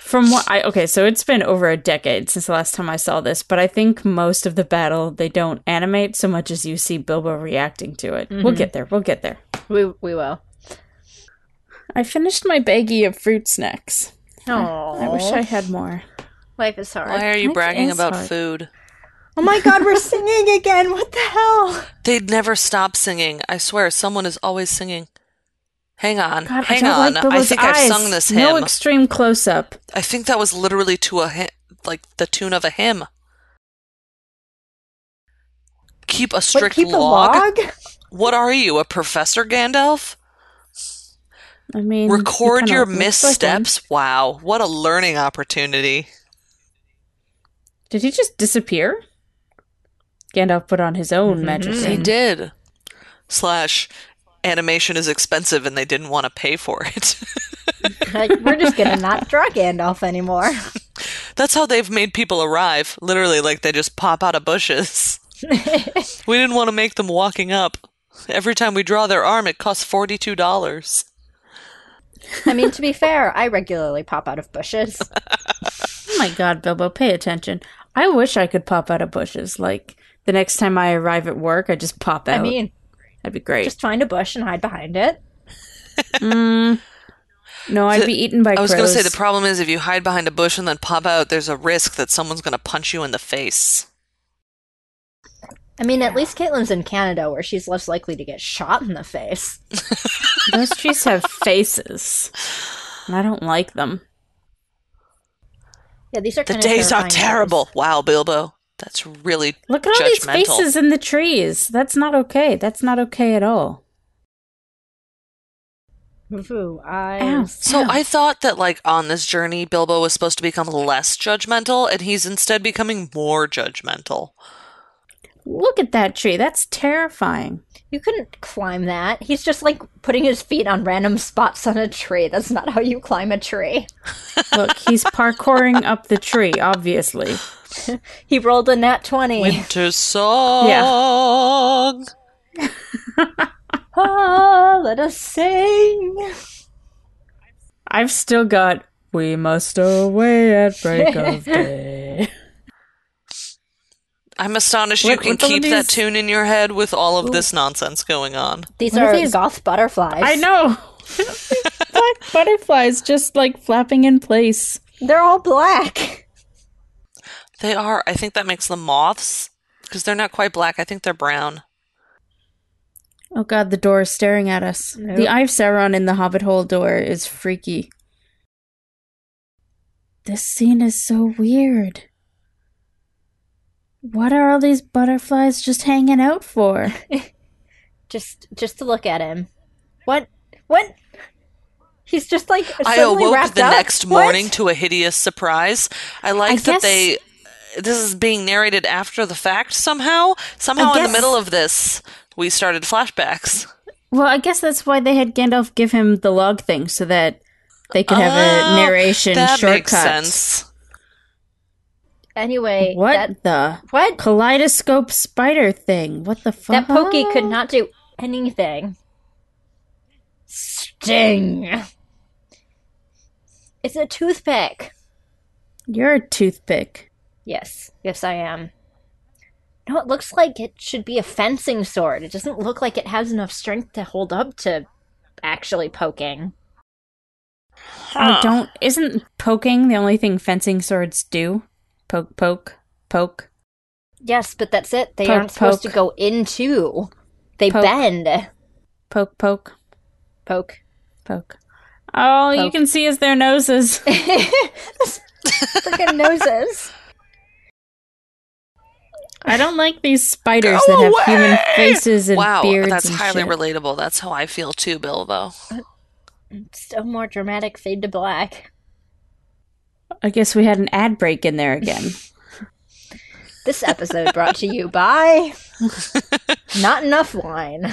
Speaker 2: From what I okay, so it's been over a decade since the last time I saw this, but I think most of the battle they don't animate so much as you see Bilbo reacting to it.
Speaker 4: Mm-hmm.
Speaker 2: We'll get there. We'll get there.
Speaker 1: We we will.
Speaker 2: I finished my baggie of fruit snacks.
Speaker 1: Oh,
Speaker 2: I wish I had more.
Speaker 1: life is hard.
Speaker 4: Why are you
Speaker 2: It
Speaker 4: bragging
Speaker 2: is
Speaker 4: about
Speaker 2: hard.
Speaker 4: food?
Speaker 1: Oh my god, we're singing again. What the hell?
Speaker 4: They'd never stop singing. I swear, someone is always singing. Hang on,
Speaker 2: God,
Speaker 4: hang
Speaker 2: I don't
Speaker 4: on.
Speaker 2: Like
Speaker 4: I
Speaker 2: Bilbo's
Speaker 4: think
Speaker 2: eyes.
Speaker 4: I've sung this hymn.
Speaker 2: No extreme close up.
Speaker 4: I think that was literally to a hy- like the tune of a hymn. Keep a
Speaker 1: What,
Speaker 4: strict
Speaker 1: keep
Speaker 4: log?
Speaker 1: a log?
Speaker 4: What are you, a professor Gandalf?
Speaker 2: I mean, it
Speaker 4: Record
Speaker 2: kinda
Speaker 4: your
Speaker 2: looks like one.
Speaker 4: missteps. wow, what a learning opportunity.
Speaker 2: Did he just disappear? Gandalf put on his own magic.
Speaker 4: They
Speaker 2: ring.
Speaker 4: did. Slash, animation is expensive and they didn't want to pay for it.
Speaker 1: Like, we're just gonna not draw Gandalf anymore.
Speaker 4: That's how they've made people arrive. Literally, like they just pop out of bushes. we didn't want to make them walking up. Every time we draw their arm, it costs $42.
Speaker 1: I mean, to be fair, I regularly pop out of bushes.
Speaker 2: Oh my god, Bilbo, pay attention. I wish I could pop out of bushes. Like the next time I arrive at work, I just pop out.
Speaker 1: I mean,
Speaker 2: that'd be great.
Speaker 1: just find a bush and hide behind it.
Speaker 2: no, I'd be eaten by.
Speaker 4: I was going to say the
Speaker 2: crows.
Speaker 4: problem is if you hide behind a bush and then pop out, there's a risk that someone's going to punch you in the face.
Speaker 1: I mean, at least Caitlin's in Canada, where she's less likely to get shot in the face.
Speaker 2: Those trees have faces, and I don't like them.
Speaker 1: Yeah, these are
Speaker 4: The
Speaker 1: kinda
Speaker 4: days are
Speaker 1: terrifying
Speaker 4: terrible. Wow, Bilbo. That's really
Speaker 2: Look at all
Speaker 4: judgmental.
Speaker 2: these faces in the trees. That's not okay. That's not okay at all.
Speaker 6: Ooh, I
Speaker 2: Ow.
Speaker 4: So I thought that like on this journey Bilbo was supposed to become less judgmental and he's instead becoming more judgmental.
Speaker 2: Look at that tree. That's terrifying.
Speaker 1: You couldn't climb that. He's just like putting his feet on random spots on a tree. That's not how you climb a tree.
Speaker 2: Look, he's parkouring up the tree, obviously.
Speaker 1: He rolled a nat 20.
Speaker 4: Winter song.
Speaker 1: Ah, let us sing.
Speaker 2: I've still got We must away at break of day.
Speaker 4: I'm astonished you
Speaker 2: What-
Speaker 4: can
Speaker 2: what are
Speaker 4: keep that
Speaker 2: these-
Speaker 4: tune in your head with all of this nonsense going on.
Speaker 1: These
Speaker 2: What are
Speaker 1: are
Speaker 2: these?
Speaker 1: goth butterflies.
Speaker 2: I know. Black butterflies just like flapping in place.
Speaker 1: They're all black.
Speaker 4: They are. I think that makes them moths because they're not quite black. I think they're brown.
Speaker 2: Oh god, the door is staring at us. The eye of Sauron in the Hobbit Hole door is freaky. This scene is so weird. What are all these butterflies just hanging out for?
Speaker 1: Just just to look at him. What? What? He's just like
Speaker 4: I
Speaker 1: suddenly
Speaker 4: awoke
Speaker 1: wrapped
Speaker 4: the
Speaker 1: up.
Speaker 4: next
Speaker 1: What?
Speaker 4: morning to a hideous surprise. I like that
Speaker 2: guess-
Speaker 4: they. This is being narrated after the fact somehow. Somehow, in
Speaker 2: guess-
Speaker 4: the middle of this, we started flashbacks.
Speaker 2: Well, I guess that's why they had Gandalf give him the log thing so that they could have
Speaker 4: Oh,
Speaker 2: a narration
Speaker 4: that
Speaker 2: shortcut.
Speaker 4: makes sense.
Speaker 1: Anyway,
Speaker 2: What
Speaker 1: That,
Speaker 2: the
Speaker 1: what?
Speaker 2: kaleidoscope spider thing? What the
Speaker 1: That
Speaker 2: fuck?
Speaker 1: pokey could not do anything. Sting. It's a toothpick.
Speaker 2: You're a toothpick.
Speaker 1: Yes, yes, I am. No, it looks like it should be a fencing sword. It doesn't look like it has enough strength to hold up to actually poking.
Speaker 2: I don't. Isn't poking the only thing fencing swords do? Poke, poke, poke.
Speaker 1: Yes, but that's it. They
Speaker 2: Poke,
Speaker 1: aren't supposed to
Speaker 2: poke.
Speaker 1: go into. They
Speaker 2: Poke.
Speaker 1: bend.
Speaker 2: Poke, poke,
Speaker 1: Poke.
Speaker 2: poke. All you
Speaker 1: Poke.
Speaker 2: can see is their noses.
Speaker 1: Freaking noses.
Speaker 2: I don't like these spiders that have human faces and
Speaker 4: wow,
Speaker 2: beards.
Speaker 4: that's
Speaker 2: and
Speaker 4: highly
Speaker 2: shit.
Speaker 4: relatable. That's how I feel too, Bilbo.
Speaker 1: Still more dramatic fade to black.
Speaker 2: I guess we had an ad break in there again.
Speaker 1: This episode brought to you by Not Enough Wine.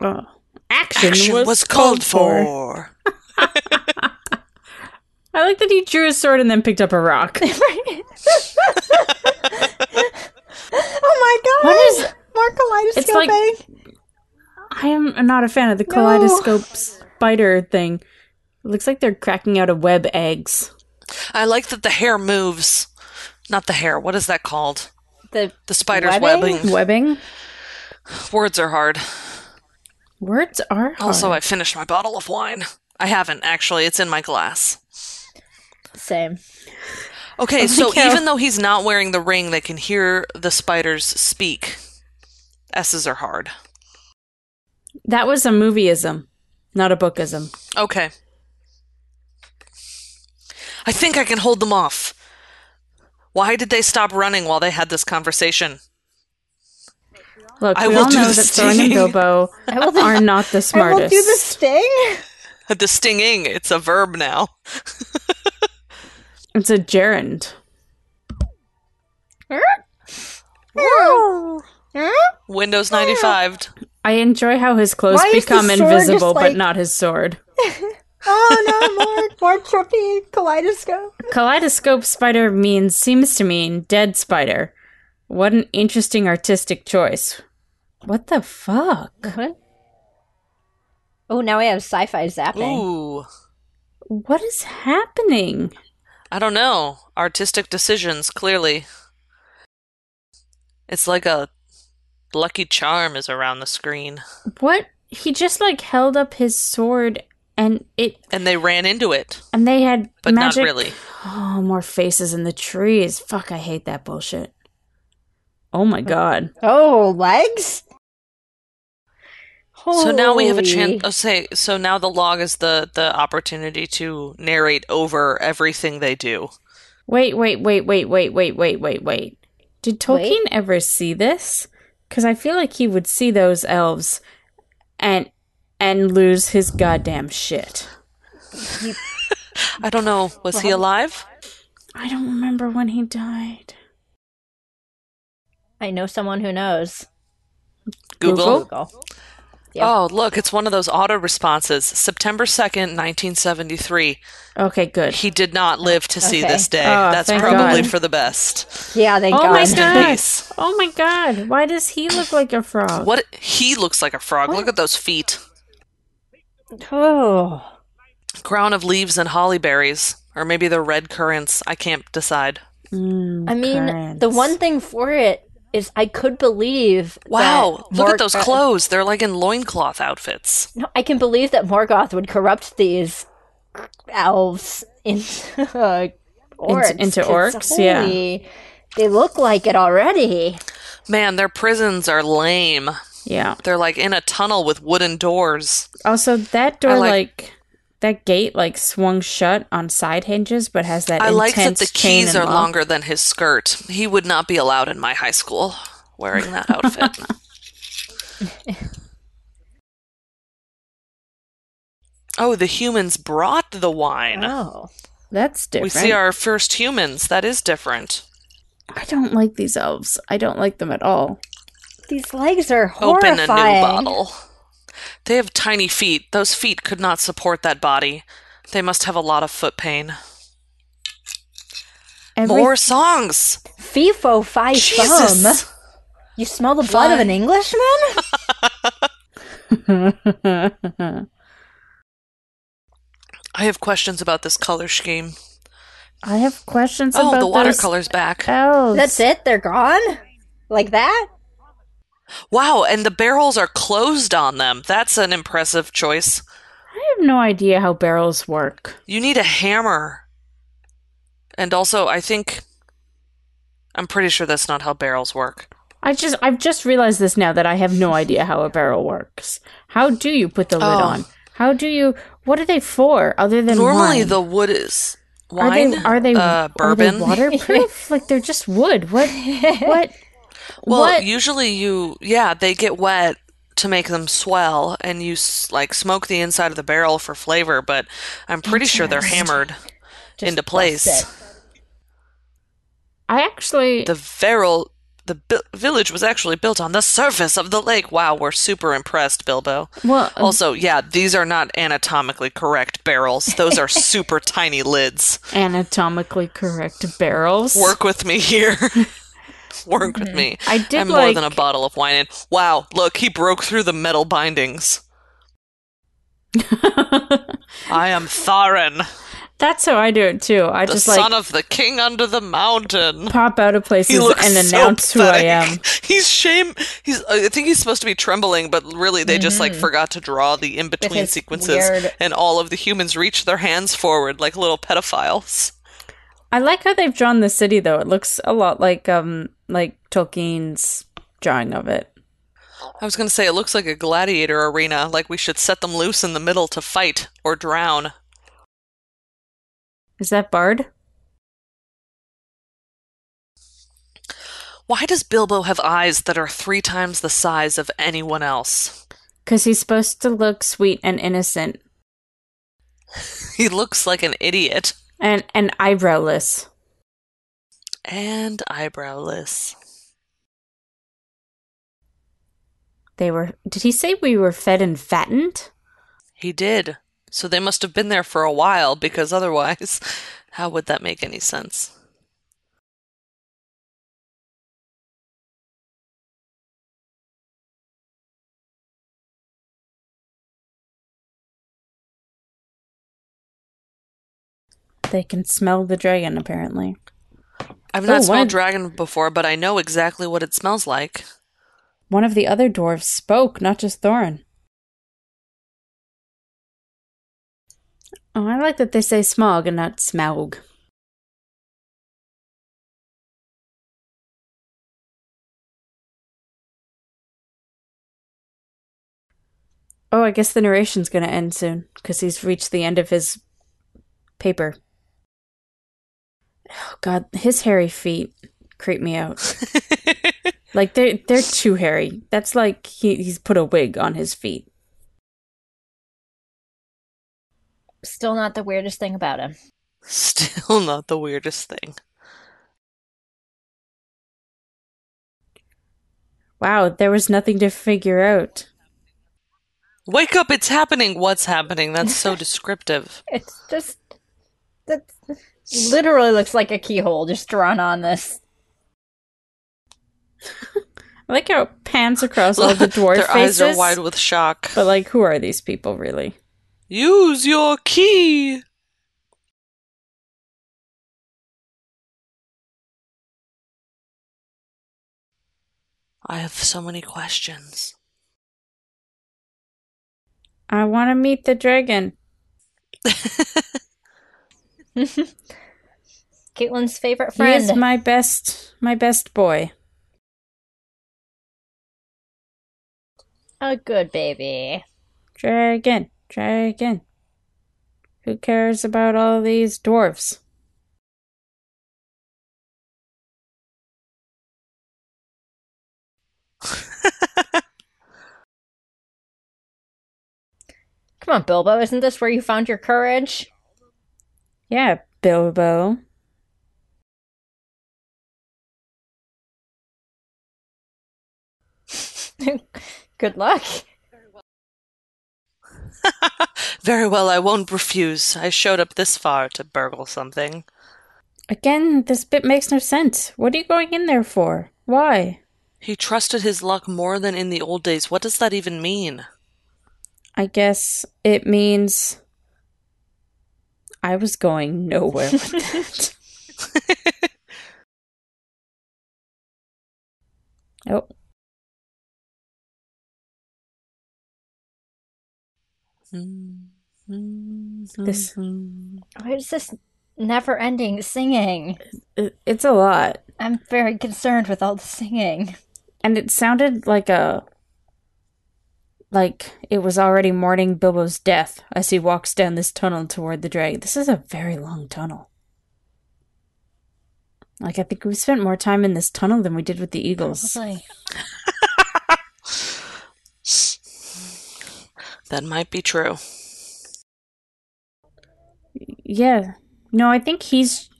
Speaker 2: Oh. Action,
Speaker 4: Action
Speaker 2: was, called, for. I like that he drew his sword and then picked up a rock.
Speaker 1: Oh my god!
Speaker 2: What is-
Speaker 1: more kaleidoscoping?
Speaker 2: It's like I am not a fan of the kaleidoscope spider thing. It looks like they're cracking out of web eggs.
Speaker 4: I like that the hair moves. Not the hair. What is that called?
Speaker 1: the
Speaker 4: The spider's
Speaker 1: Webbing?
Speaker 4: webbing.
Speaker 2: Webbing.
Speaker 4: Words are hard.
Speaker 2: Words are hard.
Speaker 4: Also, I finished my bottle of wine. I haven't actually. It's in my glass.
Speaker 1: same.
Speaker 4: Okay, so
Speaker 2: cow.
Speaker 4: even though he's not wearing the ring, they can hear the spiders speak. S's are hard.
Speaker 2: that was a movieism, not a bookism.
Speaker 4: Okay. I think I can hold them off. Why did they stop running while they had this conversation?
Speaker 2: Look,
Speaker 4: I
Speaker 2: we
Speaker 4: will
Speaker 2: all
Speaker 4: do
Speaker 2: know
Speaker 4: the
Speaker 2: that Thorin and
Speaker 4: stinging.
Speaker 2: Bilbo are not
Speaker 1: I
Speaker 2: the
Speaker 1: will
Speaker 2: smartest.
Speaker 1: do the sting.
Speaker 4: The stinging, it's a verb now.
Speaker 2: It's a gerund.
Speaker 1: Oh,
Speaker 4: Windows 95.
Speaker 2: I enjoy how his clothes
Speaker 1: Why is the
Speaker 2: become
Speaker 1: sword
Speaker 2: invisible,
Speaker 1: just
Speaker 2: but
Speaker 1: like-
Speaker 2: not his sword.
Speaker 1: Oh no, more more trippy kaleidoscope.
Speaker 2: Kaleidoscope spider means seems to mean dead spider. What an interesting artistic choice. What the fuck?
Speaker 1: Oh, now I have sci-fi zapping.
Speaker 4: Ooh.
Speaker 2: What is happening?
Speaker 4: I don't know. Artistic decisions, clearly. It's like a lucky charm is around the screen.
Speaker 2: What he just like held up his sword and it
Speaker 4: And they ran into it,
Speaker 2: and they had
Speaker 4: but
Speaker 2: magic.
Speaker 4: not really.
Speaker 2: Oh, more faces in the trees. Fuck, I hate that bullshit. Oh my god.
Speaker 1: Oh, legs.
Speaker 4: So now we have a
Speaker 1: Holy.
Speaker 4: chance. Oh, say, so now the log is the the opportunity to narrate over everything they do.
Speaker 2: Wait, wait, wait, wait, wait, wait, wait, wait, wait. Did Tolkien
Speaker 1: Wait.
Speaker 2: ever see this? Because I feel like he would see those elves and and lose his goddamn shit.
Speaker 4: I don't know. Was he alive?
Speaker 2: I don't remember when he died.
Speaker 1: I know someone who knows.
Speaker 4: Google.
Speaker 1: Google. Yep.
Speaker 4: Oh, look, it's one of those auto responses. September 2nd, 1973.
Speaker 2: Okay, good.
Speaker 4: He did not live to see
Speaker 1: Okay.
Speaker 4: this day.
Speaker 2: Oh,
Speaker 4: That's
Speaker 2: thank
Speaker 4: probably
Speaker 2: God.
Speaker 4: for the best.
Speaker 1: Yeah, thank
Speaker 2: oh
Speaker 1: God.
Speaker 2: my god!
Speaker 4: Peace.
Speaker 2: Oh my god! Why does he look like a frog?
Speaker 4: What he looks like a frog. Look at those feet.
Speaker 1: Oh.
Speaker 4: Crown of leaves and holly berries, or maybe they're red currants. I can't decide.
Speaker 2: Mm,
Speaker 1: I mean, the
Speaker 2: currants.
Speaker 1: one thing for it is I could believe.
Speaker 4: Wow,
Speaker 1: that
Speaker 4: look
Speaker 1: Morg-
Speaker 4: at those
Speaker 1: uh,
Speaker 4: clothes. They're like in loincloth outfits.
Speaker 1: No, I can believe that Morgoth would corrupt these elves into uh, orcs.
Speaker 2: into
Speaker 1: 'cause
Speaker 2: orcs, yeah.
Speaker 1: holy, They look like it already.
Speaker 4: Man, their prisons are lame.
Speaker 2: Yeah.
Speaker 4: They're like in a tunnel with wooden doors.
Speaker 2: Also, that door
Speaker 4: like-
Speaker 2: like, that gate like swung shut on side hinges, but has that
Speaker 4: I like that
Speaker 2: intense
Speaker 4: the
Speaker 2: chain
Speaker 4: keys
Speaker 2: and
Speaker 4: are
Speaker 2: lock.
Speaker 4: longer than his skirt. He would not be allowed in my high school wearing that outfit. oh, the humans brought the wine.
Speaker 1: Oh.
Speaker 2: That's different.
Speaker 4: we see our first humans. That is different.
Speaker 2: I don't like these elves. I don't like them at all.
Speaker 1: These legs are
Speaker 4: Open
Speaker 1: horrifying.
Speaker 4: a new bottle. They have tiny feet. Those feet could not support that body. They must have a lot of foot pain.
Speaker 2: Every-
Speaker 4: More songs.
Speaker 1: FIFO fi fum.
Speaker 4: Jesus.
Speaker 1: You smell the blood of an Englishman?
Speaker 2: I
Speaker 4: I have questions about this color scheme.
Speaker 2: have questions
Speaker 4: Oh,
Speaker 2: about
Speaker 4: the
Speaker 2: those
Speaker 4: watercolor's back.
Speaker 2: elves.
Speaker 1: That's it? They're gone? Like that?
Speaker 4: Wow, and the barrels are closed on them. That's an impressive choice.
Speaker 2: I have no idea how barrels work.
Speaker 4: You need a hammer. And also, I think I'm pretty sure that's not how barrels work.
Speaker 2: I just I've just realized this now that I have no idea how a barrel works. How do you put the lid
Speaker 4: Oh.
Speaker 2: on? How do you what are they for other than
Speaker 4: Normally,
Speaker 2: wine?
Speaker 4: the wood is
Speaker 2: are
Speaker 4: wine.
Speaker 2: they are they,
Speaker 4: uh,
Speaker 2: are
Speaker 4: bourbon?
Speaker 2: they waterproof? like they're just wood. What what
Speaker 4: well,
Speaker 2: what
Speaker 4: usually you yeah they get wet to make them swell, and you s- like smoke the inside of the barrel for flavor. But I'm pretty sure they're hammered into place.
Speaker 2: I actually
Speaker 4: The barrel, the bu- village was actually built on the surface of the lake. Wow, we're super impressed, Bilbo.
Speaker 2: well
Speaker 4: Also, yeah, these are not anatomically correct barrels. Those are super tiny lids.
Speaker 2: anatomically correct barrels.
Speaker 4: Work with me here. Work with me.
Speaker 2: Mm-hmm. I did
Speaker 4: I'm more
Speaker 2: like-
Speaker 4: than a bottle of wine in. Wow, look, he broke through the metal bindings. I am Tharin,
Speaker 2: That's how I do it too. I
Speaker 4: the
Speaker 2: just
Speaker 4: son
Speaker 2: like
Speaker 4: of the king under the mountain.
Speaker 2: pop out of
Speaker 4: He
Speaker 2: places
Speaker 4: looks
Speaker 2: and
Speaker 4: so
Speaker 2: announce who I am.
Speaker 4: pathetic. He's shame. He's. I think he's supposed to be trembling, but really they just
Speaker 2: Mm-hmm.
Speaker 4: like forgot to draw the in between
Speaker 1: his
Speaker 4: sequences,
Speaker 1: weird-
Speaker 4: and all of the humans reach their hands forward like little pedophiles.
Speaker 2: I like how they've drawn the city though. It looks a lot like um like Tolkien's drawing of it.
Speaker 4: I was gonna say it looks like a gladiator arena. Like we should set them loose in the middle to fight or drown.
Speaker 2: Is that Bard?
Speaker 4: Why does Bilbo have eyes that are three times the size of anyone else?
Speaker 2: Because he's supposed to look sweet and innocent
Speaker 4: He looks like an idiot
Speaker 2: and and eyebrowless.
Speaker 4: and eyebrowless.
Speaker 2: They were. Did he say we were fed and fattened?
Speaker 4: He did. So they must have been there for a while because otherwise, how would that make any sense?
Speaker 2: They can smell the dragon apparently.
Speaker 4: I've
Speaker 2: Oh,
Speaker 4: not
Speaker 2: one
Speaker 4: smelled
Speaker 2: of-
Speaker 4: dragon before, but I know exactly what it smells like.
Speaker 2: One of the other dwarves spoke, not just Thorin. Oh, I like that they say smog and not smaug. Oh, I guess the narration's going to end soon because he's reached the end of his paper. Oh, God, his hairy feet creep me out. Like they're they're too hairy. That's like he, he's put a wig on his feet.
Speaker 1: Still not the weirdest thing about him.
Speaker 4: Still not the weirdest thing.
Speaker 2: Wow, there was nothing to figure out.
Speaker 4: Wake up, it's happening. What's happening? That's so descriptive.
Speaker 1: It's just that literally looks like a keyhole just drawn on this.
Speaker 2: I like how it pans across all the dwarf
Speaker 4: Their
Speaker 2: faces.
Speaker 4: eyes are wide with shock.
Speaker 2: But like, who are these people really?
Speaker 4: Use your key. I have so many questions.
Speaker 2: I want to meet the dragon.
Speaker 1: Caitlin's favorite
Speaker 2: He
Speaker 1: friend.
Speaker 2: is my best, my best boy.
Speaker 1: a good baby.
Speaker 2: Dragon, dragon. Who cares about all these dwarves?
Speaker 1: Come on, Bilbo. Isn't this where you found your courage?
Speaker 2: Yeah, Bilbo.
Speaker 1: good luck.
Speaker 4: Very well, I won't refuse. I showed up this far to burgle something.
Speaker 2: Again, this bit makes no sense. What are you going in there for? Why?
Speaker 4: He trusted his luck more than in the old days. What does that even mean?
Speaker 2: I guess it means I was going nowhere with that. oh, This-
Speaker 1: Why is this never ending singing?
Speaker 2: it- it's a lot.
Speaker 1: I'm very concerned with all the singing.
Speaker 2: And it sounded like a like it was already mourning Bilbo's death as he walks down this tunnel toward the dragon. This is a very long tunnel. Like I think we spent more time in this tunnel than we did with the eagles.
Speaker 1: Probably.
Speaker 4: That might be true.
Speaker 2: Yeah. No, I think he's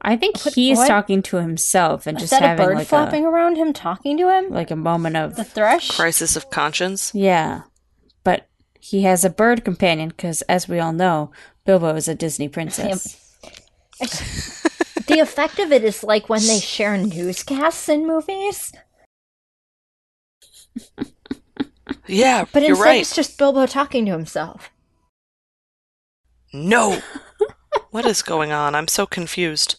Speaker 2: I think
Speaker 1: What-
Speaker 2: he's
Speaker 1: what?
Speaker 2: talking to himself and
Speaker 1: Is
Speaker 2: just
Speaker 1: that a
Speaker 2: having
Speaker 1: bird
Speaker 2: like
Speaker 1: flopping around him, talking to
Speaker 2: a
Speaker 1: him?
Speaker 2: like a moment
Speaker 1: The
Speaker 2: of
Speaker 1: thrush?
Speaker 4: Crisis of conscience.
Speaker 2: yeah. But he has a bird companion because, as we all know, Bilbo is a Disney princess.
Speaker 1: the effect of it is like when they share newscasts in movies,
Speaker 4: Yeah,
Speaker 1: but
Speaker 4: you're
Speaker 1: instead
Speaker 4: right.
Speaker 1: it's just Bilbo talking to himself.
Speaker 4: No. what is going on? I'm so confused.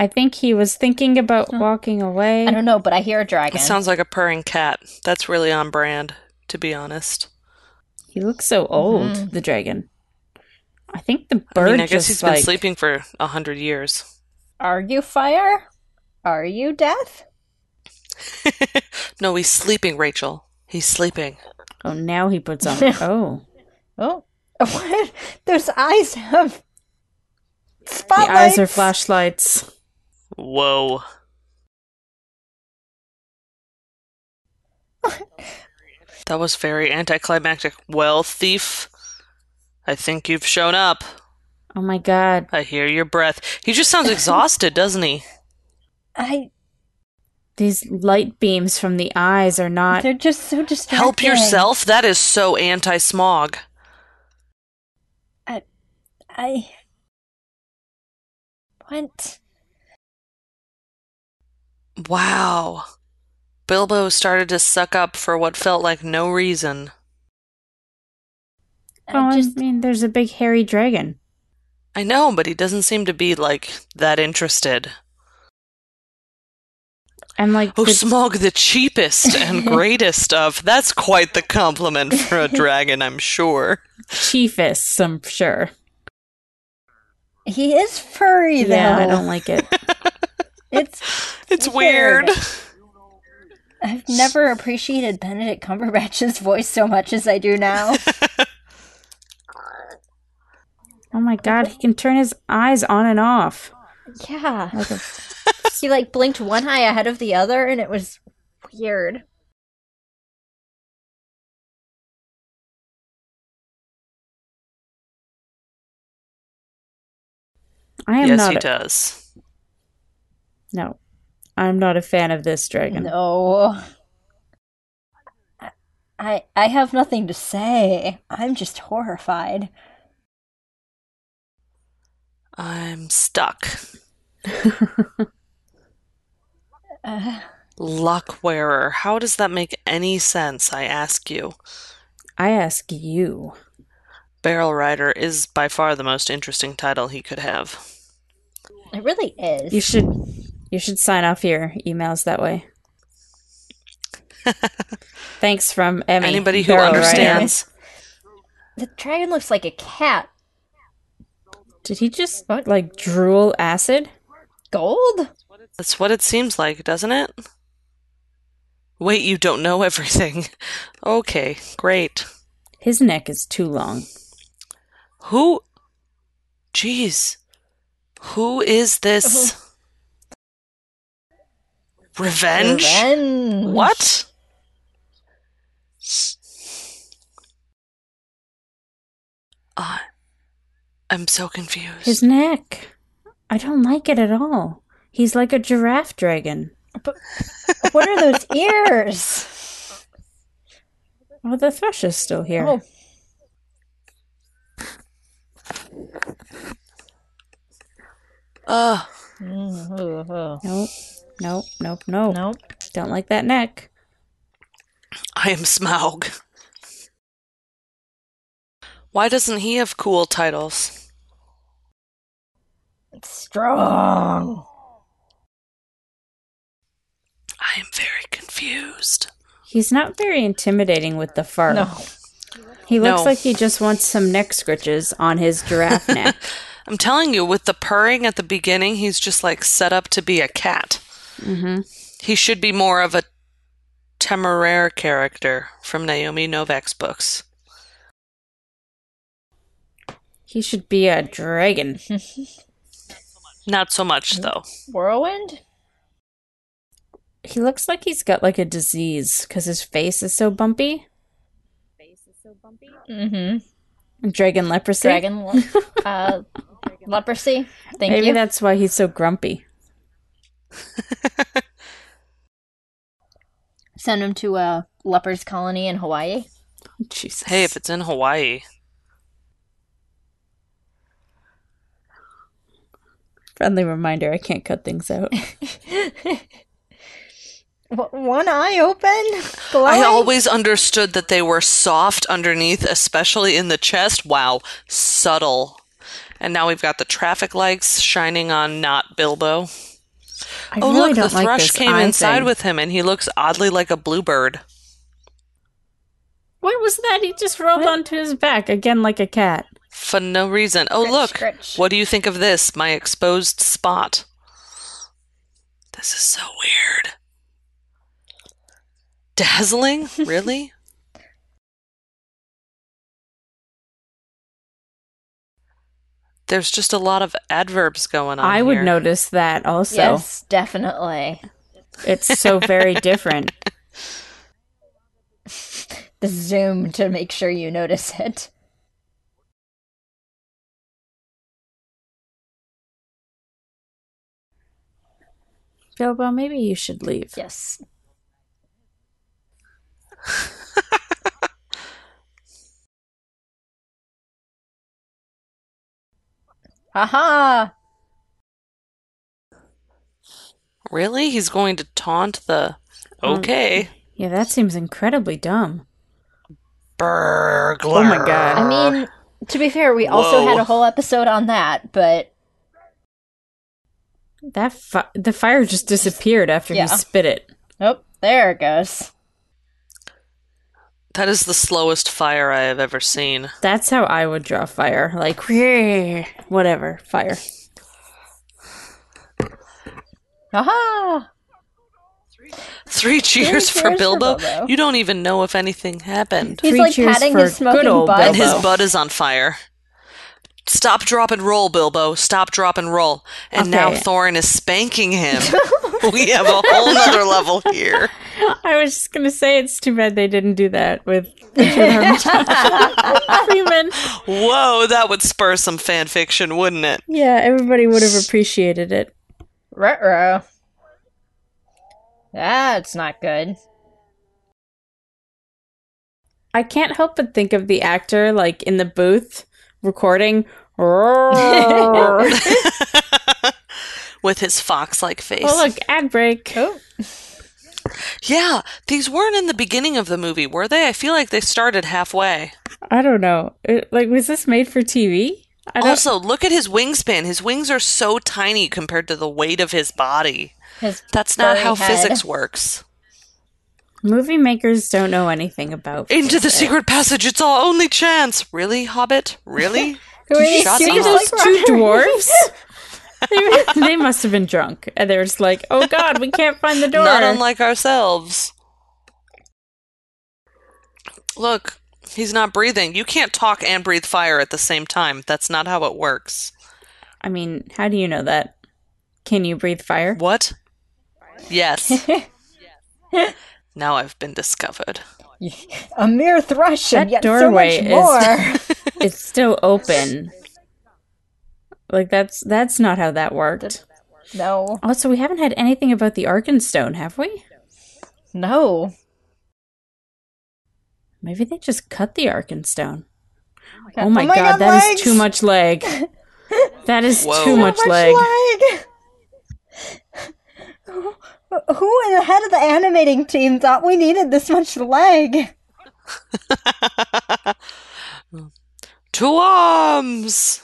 Speaker 2: I think he was thinking about walking away.
Speaker 1: I don't know, but I hear a dragon.
Speaker 4: It sounds like a purring cat. That's really on brand, to be honest.
Speaker 2: He looks so old,
Speaker 1: Hmm.
Speaker 2: the dragon. I think the bird
Speaker 4: I mean, I guess
Speaker 2: just
Speaker 4: he's
Speaker 2: like
Speaker 4: been sleeping for a hundred years.
Speaker 1: Are you fire? Are you death?
Speaker 4: No, he's sleeping, Rachel. He's sleeping.
Speaker 2: oh now he puts on oh
Speaker 1: Oh, what? Those eyes have
Speaker 2: the
Speaker 1: spotlights.
Speaker 2: eyes are flashlights.
Speaker 4: Whoa. that was very anticlimactic. Well, thief, I think you've shown up.
Speaker 2: Oh my god.
Speaker 4: I hear your breath. He just sounds exhausted, doesn't he?
Speaker 1: I.
Speaker 2: These light beams from the eyes are not
Speaker 1: They're just so distracting.
Speaker 4: Help yourself? That is so anti smog.
Speaker 1: I. What?
Speaker 4: Wow. Bilbo started to suck up for what felt like no reason.
Speaker 2: Oh,
Speaker 1: I just.
Speaker 2: I mean, there's a big hairy dragon.
Speaker 4: I know, but he doesn't seem to be like that interested.
Speaker 2: And like,
Speaker 4: Oh,
Speaker 2: the-
Speaker 4: Smog, the cheapest and greatest of. That's quite the compliment for a dragon, I'm sure.
Speaker 2: chiefists, I'm sure.
Speaker 1: He is furry, though.
Speaker 2: Yeah, I don't like it.
Speaker 1: It's.
Speaker 4: It's
Speaker 1: Weird.
Speaker 4: weird.
Speaker 1: I've never appreciated Benedict Cumberbatch's voice so much as I do now.
Speaker 2: Oh my god, he can turn his eyes on and off.
Speaker 1: yeah.
Speaker 2: Like a-
Speaker 1: He, like, blinked one eye ahead of the other, and it was weird.
Speaker 2: I am
Speaker 4: yes,
Speaker 2: not.
Speaker 4: he
Speaker 2: a-
Speaker 4: does.
Speaker 2: no, I'm not a fan of this dragon.
Speaker 1: No. I- I I have nothing to say. I'm just horrified.
Speaker 4: I'm stuck.
Speaker 1: Uh,
Speaker 4: Luck wearer. How does that make any sense? I ask you.
Speaker 2: I ask you.
Speaker 4: Barrel Rider is by far the most interesting title he could have.
Speaker 1: it really is.
Speaker 2: You should you should sign off your emails that way. Thanks from Emmy.
Speaker 4: Anybody who
Speaker 2: Barrow, right?
Speaker 4: understands.
Speaker 1: the dragon looks like a cat.
Speaker 2: Did he just like drool acid?
Speaker 1: Gold?
Speaker 4: That's what it seems like, doesn't it? Wait, you don't know everything. Okay, great.
Speaker 2: His neck is too long.
Speaker 4: Who? Jeez. Who is this? Revenge?
Speaker 1: Revenge.
Speaker 4: What? I I'm so confused.
Speaker 2: His neck. I don't like it at all. He's like a giraffe dragon.
Speaker 1: What are those ears?
Speaker 2: Oh, the thrush is still here.
Speaker 1: Oh.
Speaker 4: Ugh.
Speaker 1: nope.
Speaker 2: Nope. Nope. Nope. Nope. Don't like that neck.
Speaker 4: I am Smaug. Why doesn't he have cool titles?
Speaker 1: Strong.
Speaker 4: I am very confused.
Speaker 2: He's not very intimidating with the fur.
Speaker 1: No.
Speaker 2: He looks
Speaker 4: No.
Speaker 2: like he just wants some neck scritches on his giraffe neck.
Speaker 4: I'm telling you, with the purring at the beginning, he's just like set up to be a cat.
Speaker 2: Mm-hmm.
Speaker 4: He should be more of a temeraire character from Naomi Novak's books.
Speaker 2: He should be a dragon.
Speaker 4: Not so much, though.
Speaker 1: Whirlwind?
Speaker 2: He looks like he's got like a disease because his face is so bumpy.
Speaker 1: Mm-hmm.
Speaker 2: Dragon leprosy.
Speaker 1: Dragon le- uh, leprosy? Thank
Speaker 2: Maybe
Speaker 1: you.
Speaker 2: that's why he's so grumpy.
Speaker 1: Send him to a leper's colony in Hawaii.
Speaker 2: Jesus.
Speaker 4: Hey, if it's in Hawaii,
Speaker 2: friendly reminder, I can't cut things out.
Speaker 1: W- one eye open?
Speaker 4: I
Speaker 1: Glowing?
Speaker 4: always understood that they were soft underneath, especially in the chest. Wow, subtle. And now we've got the traffic lights shining on not Bilbo.
Speaker 2: I
Speaker 4: oh,
Speaker 2: really
Speaker 4: look,
Speaker 2: don't
Speaker 4: the
Speaker 2: like
Speaker 4: thrush
Speaker 2: this
Speaker 4: came
Speaker 2: eye
Speaker 4: inside
Speaker 2: thing.
Speaker 4: with him, and he looks oddly like a bluebird.
Speaker 2: What was that? He just rolled onto his back again like a cat.
Speaker 4: For no reason. Oh,
Speaker 1: Scritch,
Speaker 4: look.
Speaker 1: scritch.
Speaker 4: What do you think of this? My exposed spot. This is so weird. Dazzling? Really? There's just a lot of adverbs going on.
Speaker 2: I would
Speaker 4: here.
Speaker 2: notice that also.
Speaker 1: Yes, definitely.
Speaker 2: It's so very different.
Speaker 1: The zoom to make sure you notice it.
Speaker 2: Bilbo, maybe you should leave.
Speaker 1: Yes. Aha!
Speaker 4: Really? He's going to taunt the.
Speaker 2: Um,
Speaker 4: Okay.
Speaker 2: Yeah, that seems incredibly dumb.
Speaker 4: Burglar.
Speaker 2: Oh my god.
Speaker 1: I mean, to be fair, we also
Speaker 4: Whoa.
Speaker 1: had a whole episode on that, but
Speaker 2: That fi- the fire just disappeared after
Speaker 1: Yeah.
Speaker 2: he spit it.
Speaker 1: nope, there it goes.
Speaker 4: That is the slowest fire I have ever seen.
Speaker 2: That's how I would draw fire. Like, whatever, fire.
Speaker 1: Aha!
Speaker 4: Three cheers, for,
Speaker 1: cheers for
Speaker 4: Bilbo.
Speaker 1: Bilbo.
Speaker 4: You don't even know if anything happened.
Speaker 1: He's
Speaker 2: Three
Speaker 1: like
Speaker 2: cheers
Speaker 1: patting
Speaker 2: for
Speaker 1: his smoking
Speaker 2: good old
Speaker 1: butt.
Speaker 4: And his
Speaker 2: Bilbo.
Speaker 4: butt is on fire. Stop, drop, and roll, Bilbo. Stop, drop, and roll. And now
Speaker 2: Okay.
Speaker 4: Thorin is spanking him. we have a whole nother level here.
Speaker 2: I was just gonna say it's too bad they didn't do that with Richard Armitage Freeman.
Speaker 4: Whoa, that would spur some fan fiction, wouldn't it?
Speaker 2: Yeah, everybody would have appreciated it.
Speaker 1: Retro. That's not good.
Speaker 2: I can't help but think of the actor like in the booth recording.
Speaker 3: uh,
Speaker 2: oh
Speaker 4: With his fox like face.
Speaker 2: look, ad break.
Speaker 1: Oh,
Speaker 4: Yeah, these weren't in the beginning of the movie, were they? I feel like they started halfway.
Speaker 2: I don't know. It- like, was this made for TV? I don't.
Speaker 4: Also, look at his wingspan. His wings are so tiny compared to the weight of his body.
Speaker 1: his
Speaker 4: That's not
Speaker 1: furry
Speaker 4: how
Speaker 1: head.
Speaker 4: physics works.
Speaker 2: Movie makers don't know anything about.
Speaker 4: Into the secret passage, it's our only chance. Really, Hobbit? Really?
Speaker 1: Who are these
Speaker 4: Shut
Speaker 1: stupid
Speaker 4: up.
Speaker 2: those
Speaker 1: like
Speaker 2: two
Speaker 1: rock-
Speaker 2: dwarfs. they, they must have been drunk, and they're just like, "Oh God, we can't find the door."
Speaker 4: Not unlike ourselves. Look, he's not breathing. You can't talk and breathe fire at the same time. That's not how it works.
Speaker 2: I mean, how do you know that? Can you breathe fire?
Speaker 4: What? Yes. now I've been discovered.
Speaker 1: A mere thrush and
Speaker 2: That
Speaker 1: yet
Speaker 2: doorway is-
Speaker 1: so much more.
Speaker 2: It's still open. Like that's that's not how that worked.
Speaker 1: no,
Speaker 2: Also, we haven't had anything about the Arkenstone, have we?
Speaker 1: no.
Speaker 2: Maybe they just cut the Arkenstone.
Speaker 1: God.
Speaker 2: Oh my,
Speaker 1: Oh my
Speaker 2: god,
Speaker 1: God,
Speaker 2: that is
Speaker 1: legs!
Speaker 2: too much leg. That is
Speaker 4: Whoa.
Speaker 2: too
Speaker 4: Too
Speaker 2: much, leg.
Speaker 1: leg.
Speaker 6: Who- Who in the head of the animating team thought we needed this much leg?
Speaker 4: Two arms!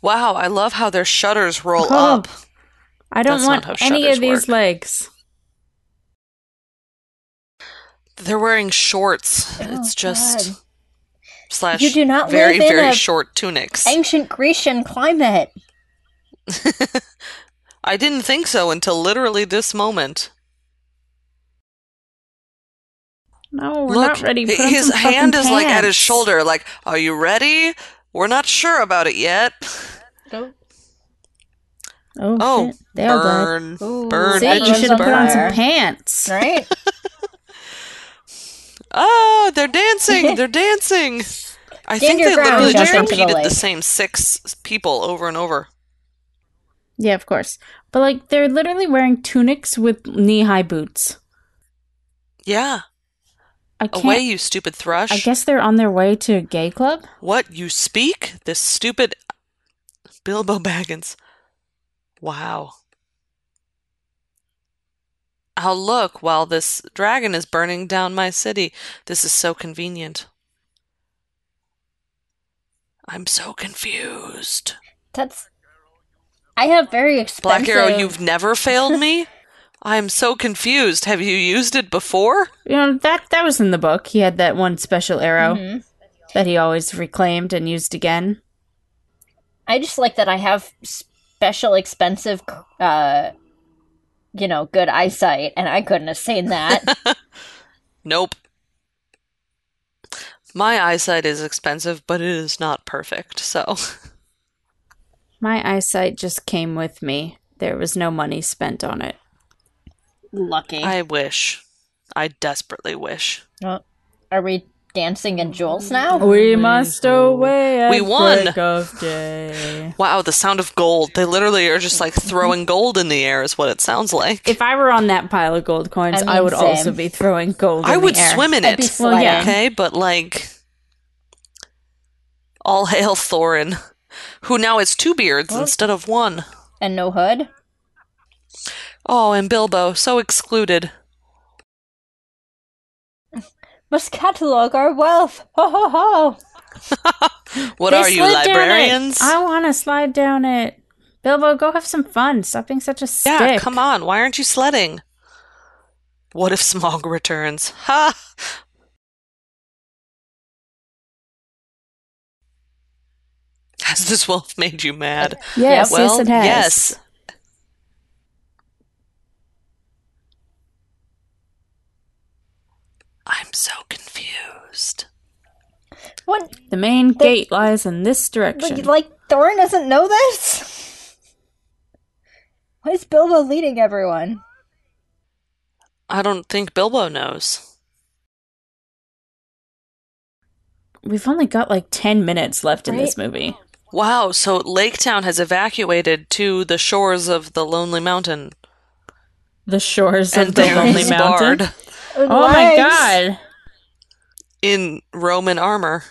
Speaker 4: Wow, I love how their shutters roll
Speaker 2: Oh.
Speaker 4: up.
Speaker 2: I don't
Speaker 4: That's not
Speaker 2: want
Speaker 4: how
Speaker 2: any
Speaker 4: shutters
Speaker 2: of these
Speaker 4: work.
Speaker 2: legs.
Speaker 4: They're wearing shorts.
Speaker 2: Oh,
Speaker 4: it's just
Speaker 6: God.
Speaker 4: slash
Speaker 6: You do not
Speaker 4: very
Speaker 6: live in
Speaker 4: very
Speaker 6: a-
Speaker 4: short tunics.
Speaker 6: Ancient Grecian climate.
Speaker 4: I didn't think so until literally this moment.
Speaker 2: No, we're
Speaker 4: Look,
Speaker 2: not ready. Put
Speaker 4: hi-
Speaker 2: on
Speaker 4: his
Speaker 2: some fucking
Speaker 4: hand is like at his
Speaker 2: pants.
Speaker 4: shoulder, like, "Are you ready? We're not sure about it yet."
Speaker 2: Oh,
Speaker 4: Oh,
Speaker 2: shit. they all died.
Speaker 4: burn,
Speaker 1: Ooh.
Speaker 4: burn!
Speaker 2: See,
Speaker 1: That
Speaker 2: you
Speaker 1: goes
Speaker 2: should have put on some
Speaker 1: somewhere.
Speaker 2: pants.
Speaker 1: Right?
Speaker 4: Oh, they're dancing! They're dancing! I think
Speaker 1: your
Speaker 4: they
Speaker 1: ground,
Speaker 4: literally just
Speaker 1: Justin.
Speaker 4: repeated the
Speaker 1: Timberlake.
Speaker 4: same six people over and over.
Speaker 2: Yeah, of course. But like, they're literally wearing tunics with knee-high boots.
Speaker 4: Yeah,
Speaker 2: I can't.
Speaker 4: away you stupid thrush!
Speaker 2: I guess they're on their way to a gay club.
Speaker 4: What you speak? This stupid Bilbo Baggins. Wow. I'll look while this dragon is burning down my city. This is so convenient. I'm so confused.
Speaker 1: That's
Speaker 6: I have very
Speaker 4: Black
Speaker 6: expensive.
Speaker 4: Arrow, you've never failed me? I'm so confused. Have you used it before?
Speaker 2: You know that that was in the book. He had that one special arrow
Speaker 4: Mm-hmm.
Speaker 1: Mhm.
Speaker 2: that he always reclaimed and used again.
Speaker 1: I just like that I have special expensive uh you know, good eyesight and I couldn't have seen that.
Speaker 4: Nope. My eyesight is expensive, but it is not perfect, so.
Speaker 2: My eyesight just came with me. There was no money spent on it.
Speaker 1: Lucky.
Speaker 4: I wish. I desperately wish.
Speaker 1: Oh, Are we dancing in jewels
Speaker 2: Mm.
Speaker 1: now?
Speaker 2: We must away.
Speaker 4: We won. break
Speaker 2: of day.
Speaker 4: Wow, the sound of gold. They literally are just like throwing gold in the air, is what it sounds like.
Speaker 2: If I were on that pile of gold coins, I,
Speaker 1: I mean,
Speaker 2: would
Speaker 1: same.
Speaker 2: also be throwing gold.
Speaker 4: I
Speaker 2: in
Speaker 4: would
Speaker 2: the air.
Speaker 4: swim in
Speaker 1: I'd be
Speaker 4: it.
Speaker 1: sliding.
Speaker 2: yeah.
Speaker 4: Okay, but like. All hail Thorin, who now has two beards instead of one.
Speaker 1: And no hood?
Speaker 4: Oh, and Bilbo, so excluded.
Speaker 6: Must catalog our wealth. Ho ho ho.
Speaker 4: What
Speaker 2: They
Speaker 4: are you,
Speaker 2: slid down it.
Speaker 4: librarians?
Speaker 2: I want to slide down it. Bilbo, go have some fun. Stop being such a stick.
Speaker 4: Yeah, come on. Why aren't you sledding? What if Smog returns? Ha! Has this wolf made you mad?
Speaker 2: Yes,
Speaker 1: Yeah,
Speaker 4: well,
Speaker 2: yes, it has.
Speaker 4: yes. I'm so confused.
Speaker 6: What?
Speaker 2: The main gate lies in this direction.
Speaker 6: Like, like Thorin doesn't know this? Why is Bilbo leading everyone?
Speaker 4: I don't think Bilbo knows.
Speaker 2: We've only got like 10 minutes left in this movie.
Speaker 4: Wow, so Lake Town has evacuated to the shores of the Lonely Mountain.
Speaker 2: The shores
Speaker 4: And
Speaker 2: of the
Speaker 4: they're
Speaker 2: Lonely Mountain.
Speaker 4: barred
Speaker 2: Oh my god.
Speaker 4: in Roman armor.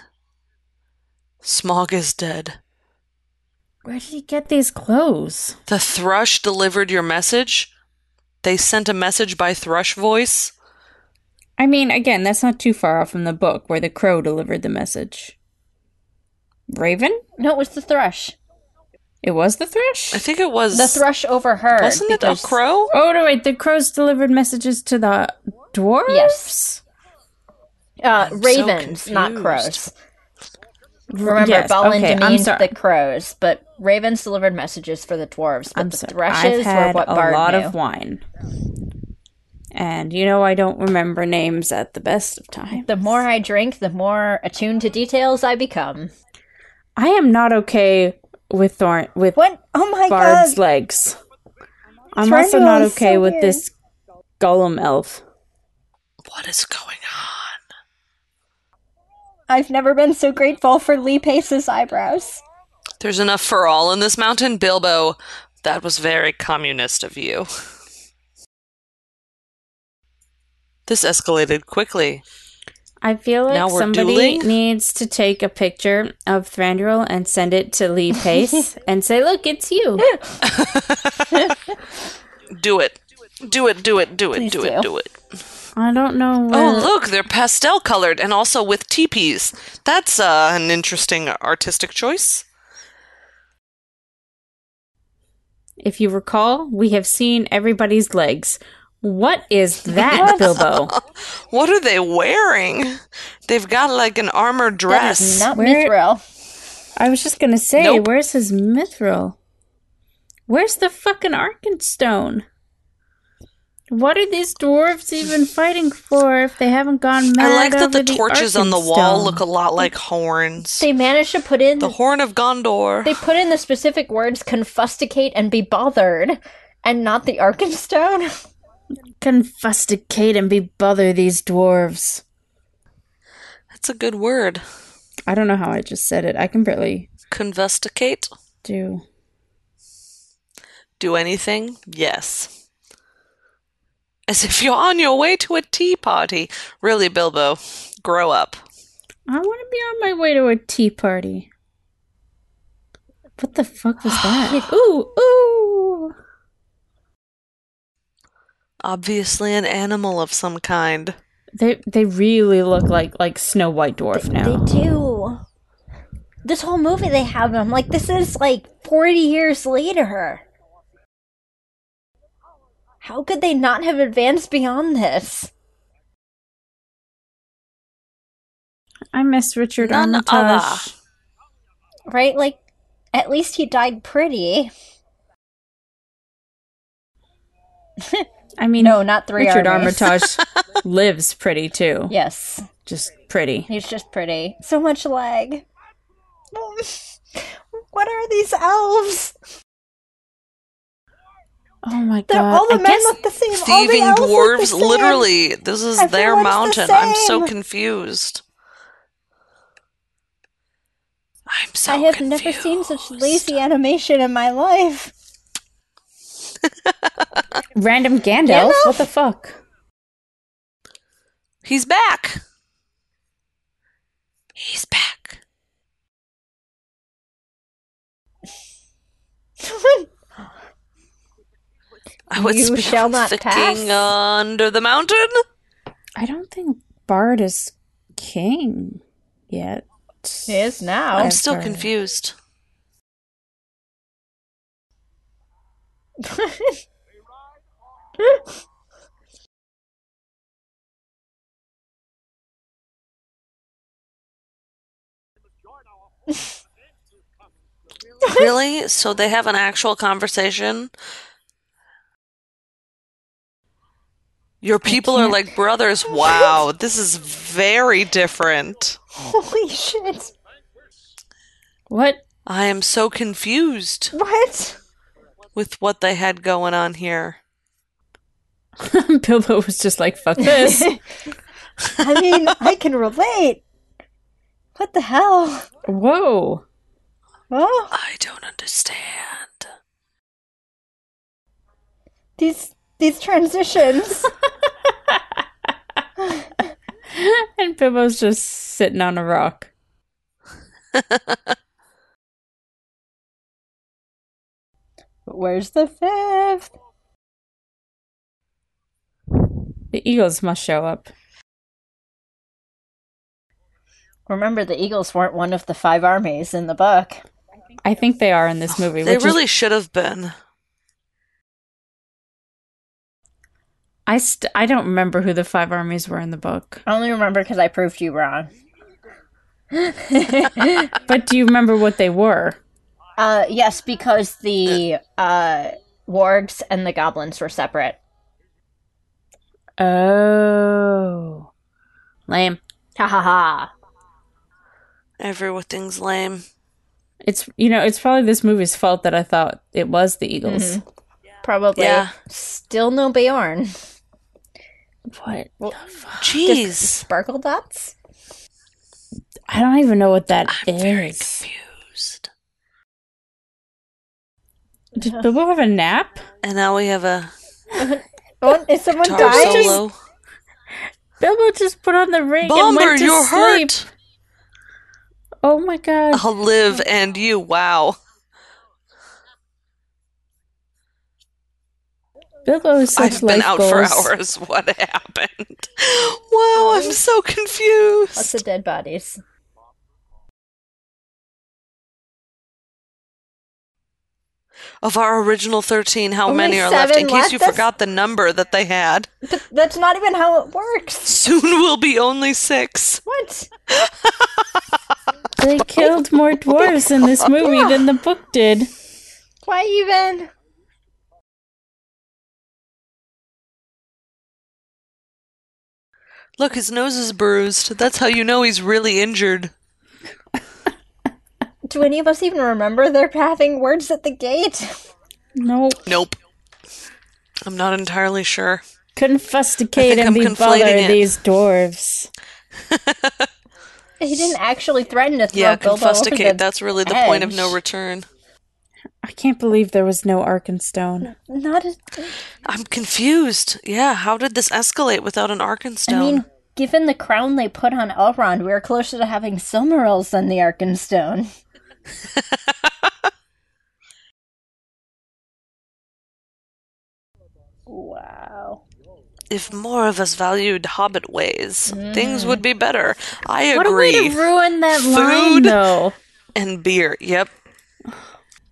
Speaker 4: Smog is dead.
Speaker 2: Where did he get these clothes?
Speaker 4: The thrush delivered your message. They sent a message by thrush voice.
Speaker 2: I mean, again, that's not too far off from the book where the crow delivered the message. Raven?
Speaker 1: No, it was the thrush.
Speaker 2: It was the thrush?
Speaker 4: I think it was
Speaker 1: The thrush overheard.
Speaker 4: Wasn't it a
Speaker 1: because-
Speaker 4: crow?
Speaker 2: Oh no! Wait, the crows delivered messages to the dwarves.
Speaker 1: Yes. Uh,
Speaker 4: I'm so
Speaker 1: ravens, not
Speaker 4: confused.
Speaker 1: crows. Remember,
Speaker 2: yes,
Speaker 1: Balin
Speaker 2: okay, I'm
Speaker 1: demeaned
Speaker 2: sorry.
Speaker 1: the crows, but ravens delivered messages for the dwarves. But
Speaker 2: I'm
Speaker 1: the
Speaker 2: sorry. I've
Speaker 1: thrushes were
Speaker 2: had
Speaker 1: what
Speaker 2: a
Speaker 1: Bard
Speaker 2: lot
Speaker 1: knew.
Speaker 2: of wine, and you know I don't remember names at the best of time.
Speaker 1: the more I drink, the more attuned to details I become.
Speaker 2: I am not okay with thorn with
Speaker 6: What? Oh my
Speaker 2: Bard's
Speaker 6: god.
Speaker 2: legs. I'm
Speaker 6: Thornhill
Speaker 2: also not
Speaker 6: is
Speaker 2: okay
Speaker 6: so
Speaker 2: with
Speaker 6: weird.
Speaker 2: this golem elf.
Speaker 4: What is going on?
Speaker 6: I've never been so grateful for Lee Pace's eyebrows.
Speaker 4: There's enough for all in this mountain, Bilbo. That was very communist of you. This escalated quickly.
Speaker 2: I feel like
Speaker 4: Now we're
Speaker 2: somebody
Speaker 4: dueling?
Speaker 2: needs to take a picture of Thranduil and send it to Lee Pace and say, "Look, it's you."
Speaker 4: Do it. Do it, do it, do it,
Speaker 1: Please
Speaker 4: do it,
Speaker 1: do.
Speaker 4: do it.
Speaker 2: I don't know.
Speaker 4: Oh,
Speaker 2: Where-
Speaker 4: look, they're pastel colored and also with teepees. That's uh, an interesting artistic choice.
Speaker 2: If you recall, we have seen everybody's legs. What is that, Bilbo?
Speaker 4: What are they wearing? They've got like an armored
Speaker 1: That
Speaker 4: dress.
Speaker 1: is not
Speaker 2: Where-
Speaker 1: mithril.
Speaker 2: I was just gonna say,
Speaker 4: Nope.
Speaker 2: where's his mithril? Where's the fucking Arkenstone? What are these dwarves even fighting for if they haven't gone mad?
Speaker 4: I like that
Speaker 2: over
Speaker 4: the torches on the wall
Speaker 2: Arkenstone?
Speaker 4: look a lot like horns.
Speaker 1: They managed to put in
Speaker 4: The horn of Gondor.
Speaker 1: they put in the specific words confusticate and be bothered, and not the Arkenstone.
Speaker 2: Confusticate and be bother these dwarves.
Speaker 4: That's a good word.
Speaker 2: I don't know how I just said it. I can barely
Speaker 4: Convesticate.
Speaker 2: do.
Speaker 4: Do anything? Yes. As if you're on your way to a tea party. Really, Bilbo, grow up.
Speaker 2: I want to be on my way to a tea party. What the fuck was that? ooh, ooh.
Speaker 4: Obviously, an animal of some kind.
Speaker 2: They they really look like like Snow White dwarf now.
Speaker 6: They do.
Speaker 1: this whole movie they have them like
Speaker 6: This is like 40 years later.
Speaker 1: how could they not have advanced beyond this?
Speaker 2: I miss Richard
Speaker 4: None
Speaker 2: Armitage.
Speaker 4: other.
Speaker 1: Right? Like at least he died pretty.
Speaker 2: I mean,
Speaker 6: Oh,
Speaker 1: No, not three
Speaker 2: Richard
Speaker 1: armies.
Speaker 2: Armitage lives pretty too.
Speaker 1: Yes.
Speaker 2: Just pretty.
Speaker 1: He's just pretty.
Speaker 6: So much lag. What are these elves?
Speaker 2: Oh my
Speaker 6: They're
Speaker 2: god!
Speaker 6: all the
Speaker 2: I
Speaker 6: men
Speaker 2: guess
Speaker 6: look the same. all the
Speaker 4: Thieving
Speaker 6: elves look the
Speaker 4: dwarves,
Speaker 6: same.
Speaker 4: literally. This is their
Speaker 6: Everyone's the
Speaker 4: mountain. I'm so
Speaker 6: same.
Speaker 4: confused. I'm so
Speaker 6: I have never
Speaker 4: confused.
Speaker 6: seen such lazy animation in my life.
Speaker 2: random Gandalf. What the fuck?
Speaker 4: He's back. He's back. I was
Speaker 1: You
Speaker 4: built
Speaker 1: shall not
Speaker 4: the
Speaker 1: pass.
Speaker 4: king under the mountain.
Speaker 2: I don't think Bard is king yet.
Speaker 1: He is now.
Speaker 4: I'm still
Speaker 2: Ever.
Speaker 4: confused. really? So they have an actual conversation? Your people are like brothers. Wow, this is very different.
Speaker 6: Holy shit.
Speaker 2: What?
Speaker 4: I am so confused
Speaker 6: What?
Speaker 4: with what they had going on here.
Speaker 2: Bilbo was just like, fuck this.
Speaker 6: I mean, I can relate. What the hell?
Speaker 2: Whoa.
Speaker 6: Oh,
Speaker 4: I don't understand.
Speaker 6: these these transitions.
Speaker 2: And Bilbo's just sitting on a rock.
Speaker 6: Where's the fifth?
Speaker 2: The eagles must show up.
Speaker 1: Remember, the Eagles weren't one of the five armies in the book.
Speaker 2: I think they are in this movie.
Speaker 4: They
Speaker 2: which
Speaker 4: really
Speaker 2: Is,
Speaker 4: should have been.
Speaker 2: I st- I don't remember who the five armies were in the book.
Speaker 1: I only remember because I proved you wrong.
Speaker 2: But do you remember what they were?
Speaker 1: Uh, yes, because the uh, wargs and the goblins were separate.
Speaker 2: Oh. Lame.
Speaker 1: Ha ha ha.
Speaker 4: Everything's lame.
Speaker 2: It's you know, it's probably this movie's fault that I thought it was the Eagles.
Speaker 1: Probably.
Speaker 4: Yeah.
Speaker 1: Still no Bjorn.
Speaker 2: What?
Speaker 4: Jeez.
Speaker 1: Sparkle dots?
Speaker 2: I don't even know what that
Speaker 4: I'm very
Speaker 2: is.
Speaker 4: confused.
Speaker 2: Did Bilbo have a nap?
Speaker 4: And now we have a
Speaker 6: Oh, is someone
Speaker 4: guitar
Speaker 6: dying?
Speaker 4: solo.
Speaker 2: Bilbo just put on the ring and
Speaker 4: Bomber,
Speaker 2: went to
Speaker 4: you're
Speaker 2: sleep.
Speaker 4: hurt.
Speaker 2: Oh my god.
Speaker 4: I'll live and you. Wow.
Speaker 2: Bilbo is such
Speaker 4: I've
Speaker 2: life
Speaker 4: been out
Speaker 2: goals.
Speaker 4: for hours. What happened? Wow, I'm so
Speaker 1: Lots
Speaker 4: confused.
Speaker 1: of dead bodies.
Speaker 4: Of our original 13, how
Speaker 6: Only
Speaker 4: many are left? In
Speaker 6: seven
Speaker 4: case
Speaker 6: left?
Speaker 4: you
Speaker 6: That's-
Speaker 4: forgot the number that they had.
Speaker 6: But that's not even how it works.
Speaker 4: Soon will be only six.
Speaker 6: What?
Speaker 2: They killed more dwarves in this movie than the book did.
Speaker 6: Why even?
Speaker 4: Look, his nose is bruised. That's how you know he's really injured.
Speaker 6: Do any of us even remember they're having words at the gate?
Speaker 2: No.
Speaker 4: Nope. I'm not entirely sure. I
Speaker 2: Confusticate
Speaker 4: think
Speaker 2: and
Speaker 4: I'm
Speaker 2: be
Speaker 4: conflating
Speaker 2: bother
Speaker 4: it.
Speaker 2: these dwarves.
Speaker 1: He didn't actually threaten to throw
Speaker 4: Yeah,
Speaker 1: Bilbo over the
Speaker 4: confusticate. That's really the point of no
Speaker 1: edge.
Speaker 4: return.
Speaker 2: I can't believe there was no Arkenstone.
Speaker 6: Not a.
Speaker 4: I'm confused. Yeah, how did this escalate without an Arkenstone?
Speaker 1: I mean, given the crown they put on Elrond, we were closer to having Silmarils than the Arkenstone. wow.
Speaker 4: if more of us valued hobbit ways, things would be better. I agree.
Speaker 2: What a way to ruin that line,
Speaker 4: Food.
Speaker 2: though.
Speaker 4: and beer. Yep.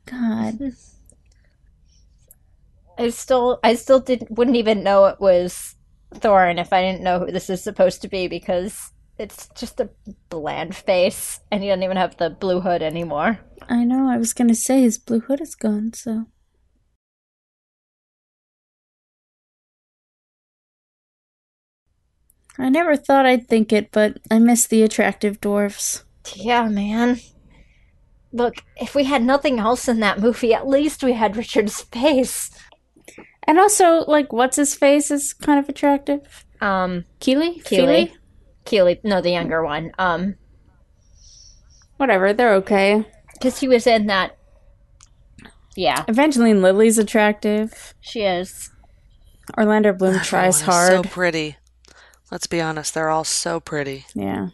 Speaker 2: God.
Speaker 1: I still, I still didn't, wouldn't even know it was Thorin if I didn't know who this is supposed to be because it's just a bland face, and he doesn't even have the blue hood anymore.
Speaker 2: I know, I was going to say his blue hood is gone, so. I never thought I'd think it, but I miss the attractive dwarves.
Speaker 1: Yeah, man. Look, if we had nothing else in that movie, at least we had Richard's face.
Speaker 2: And also, like, what's his face is kind of attractive.
Speaker 1: Um,
Speaker 2: Keely?
Speaker 1: Keely. Keely, no, the younger one. Um,
Speaker 2: Whatever, they're okay.
Speaker 1: because he was in that. Yeah,
Speaker 2: Evangeline Lilly's attractive.
Speaker 1: she is.
Speaker 2: Orlando Bloom tries
Speaker 4: Everyone is
Speaker 2: hard.
Speaker 4: So pretty. Let's be honest, they're all so pretty.
Speaker 2: yeah.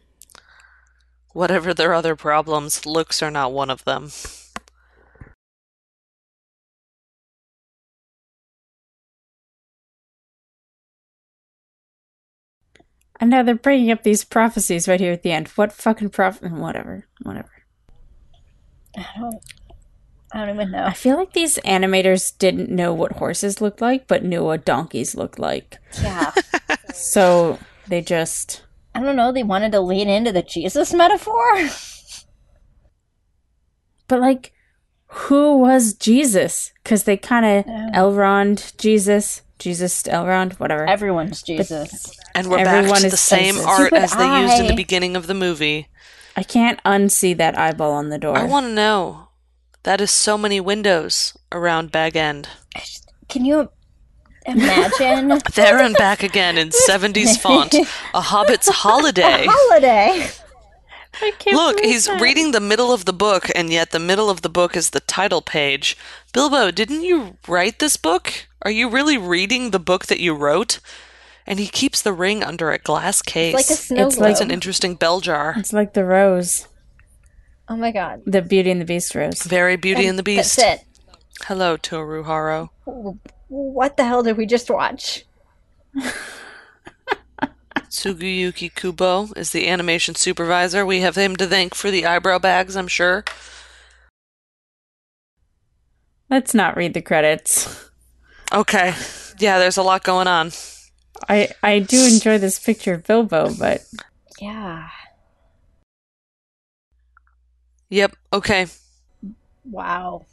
Speaker 4: Whatever their other problems, looks are not one of them.
Speaker 2: And now they're bringing up these prophecies right here at the end. What fucking proph? Whatever, whatever.
Speaker 1: I don't even know.
Speaker 2: I feel like these animators didn't know what horses looked like, but knew what donkeys looked like.
Speaker 1: Yeah,
Speaker 2: So they just.
Speaker 1: I don't know. They wanted to lean into the Jesus metaphor.
Speaker 2: But like, who was Jesus? Because they kind of Elrond Jesus, Jesus Elrond, whatever.
Speaker 1: Everyone's Jesus.
Speaker 4: And we're
Speaker 2: Everyone
Speaker 4: back to
Speaker 2: is
Speaker 4: the same
Speaker 2: senses.
Speaker 4: art
Speaker 1: But
Speaker 4: as they used in
Speaker 1: I-
Speaker 4: the beginning of the movie.
Speaker 2: I can't unsee that eyeball on the door.
Speaker 4: I want to know. That is so many windows around Bag End.
Speaker 1: Can you?
Speaker 6: Imagine.
Speaker 4: There and back again in 70s font. A hobbit's holiday.
Speaker 7: Holiday.
Speaker 4: Look, he's reading the middle of the book, and yet the middle of the book is the title page. Bilbo, didn't you write this book? Are you really reading the book that you wrote? And he keeps the ring under a glass case.
Speaker 6: like a snow
Speaker 2: It's like
Speaker 6: globe.
Speaker 4: an interesting bell jar.
Speaker 2: It's like the rose,
Speaker 6: oh my god.
Speaker 2: the Beauty and the Beast rose.
Speaker 4: Very Beauty and the Beast.
Speaker 6: That's it.
Speaker 4: Hello, Toru Haro.
Speaker 6: What the hell did we just watch?
Speaker 4: Sugiyuki Kubo is the animation supervisor. We have him to thank for the eyebrow bags, I'm sure.
Speaker 2: Let's not read the credits.
Speaker 4: Okay. Yeah, there's a lot going on.
Speaker 2: I I do enjoy this picture of Bilbo, but
Speaker 6: Yeah.
Speaker 4: Yep. Okay.
Speaker 6: Wow.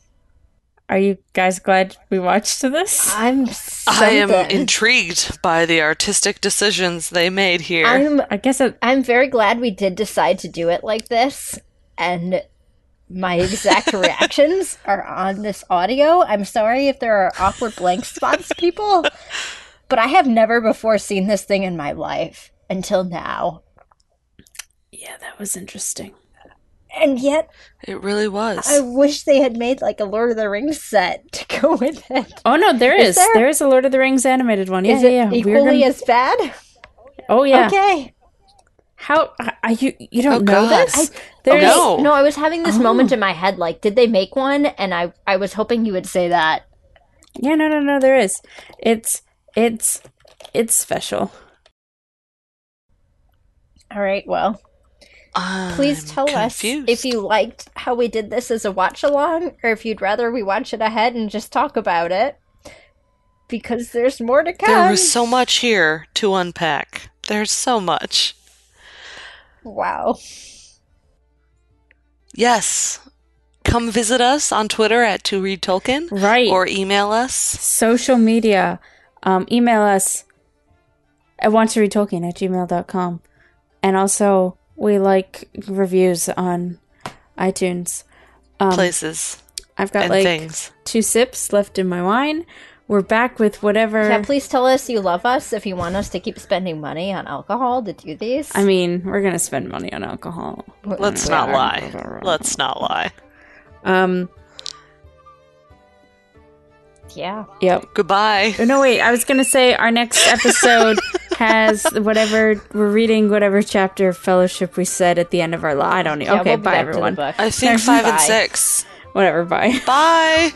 Speaker 2: are you guys glad we watched this?
Speaker 6: I'm
Speaker 4: I am
Speaker 6: something.
Speaker 4: intrigued by the artistic decisions they made here.
Speaker 6: I'm
Speaker 2: I guess it,
Speaker 6: I'm very glad we did decide to do it like this, and my exact reactions are on this audio. I'm sorry if there are awkward blank spots, people, but I have never before seen this thing in my life until now.
Speaker 2: yeah, that was interesting.
Speaker 6: And yet,
Speaker 4: It really was.
Speaker 6: I wish they had made like a Lord of the Rings set to go with it.
Speaker 2: Oh no, there is,
Speaker 6: there-
Speaker 2: there is a Lord of the Rings animated one. Yeah,
Speaker 6: Is
Speaker 2: yeah,
Speaker 6: it
Speaker 2: yeah. We're
Speaker 6: equally
Speaker 2: gonna-
Speaker 6: as bad?
Speaker 2: oh yeah.
Speaker 6: Okay.
Speaker 2: How are you? You don't
Speaker 4: Oh,
Speaker 2: know
Speaker 4: God.
Speaker 2: this?
Speaker 4: Oh,
Speaker 2: There's
Speaker 4: no.
Speaker 6: No, I was having this moment in my head like, did they make one? And I, I was hoping you would say that.
Speaker 2: yeah, no, no, no. There is. It's it's it's special.
Speaker 6: All right, well. Please
Speaker 4: I'm
Speaker 6: tell
Speaker 4: confused.
Speaker 6: us if you liked how we did this as a watch along, or if you'd rather we watch it ahead and just talk about it. Because there's more to come.
Speaker 4: There was so much here to unpack. There's so much.
Speaker 6: wow.
Speaker 4: Yes. Come visit us on Twitter at To Read Tolkien
Speaker 2: Right.
Speaker 4: or email us.
Speaker 2: social media. Um, email us at want to read Tolkien at gmail.com. And also, we like reviews on iTunes. Um,
Speaker 4: Places
Speaker 2: I've got
Speaker 4: and
Speaker 2: like
Speaker 4: things.
Speaker 2: two sips left in my wine. We're back with whatever.
Speaker 6: Yeah, please tell us you love us if you want us to keep spending money on alcohol to do these.
Speaker 2: I mean, we're going to spend money on alcohol.
Speaker 4: Let's not lie. Let's not lie.
Speaker 2: Um,
Speaker 6: yeah.
Speaker 2: yep. Oh,
Speaker 4: Goodbye.
Speaker 2: No, wait. I was going to say our next episode has whatever we're reading, whatever chapter of fellowship we said at the end of our. Li- I don't know.
Speaker 6: Yeah,
Speaker 2: okay,
Speaker 6: we'll be
Speaker 2: bye,
Speaker 6: back to the
Speaker 2: everyone.
Speaker 6: book.
Speaker 4: I think five and six.
Speaker 2: Whatever, bye.
Speaker 4: Bye.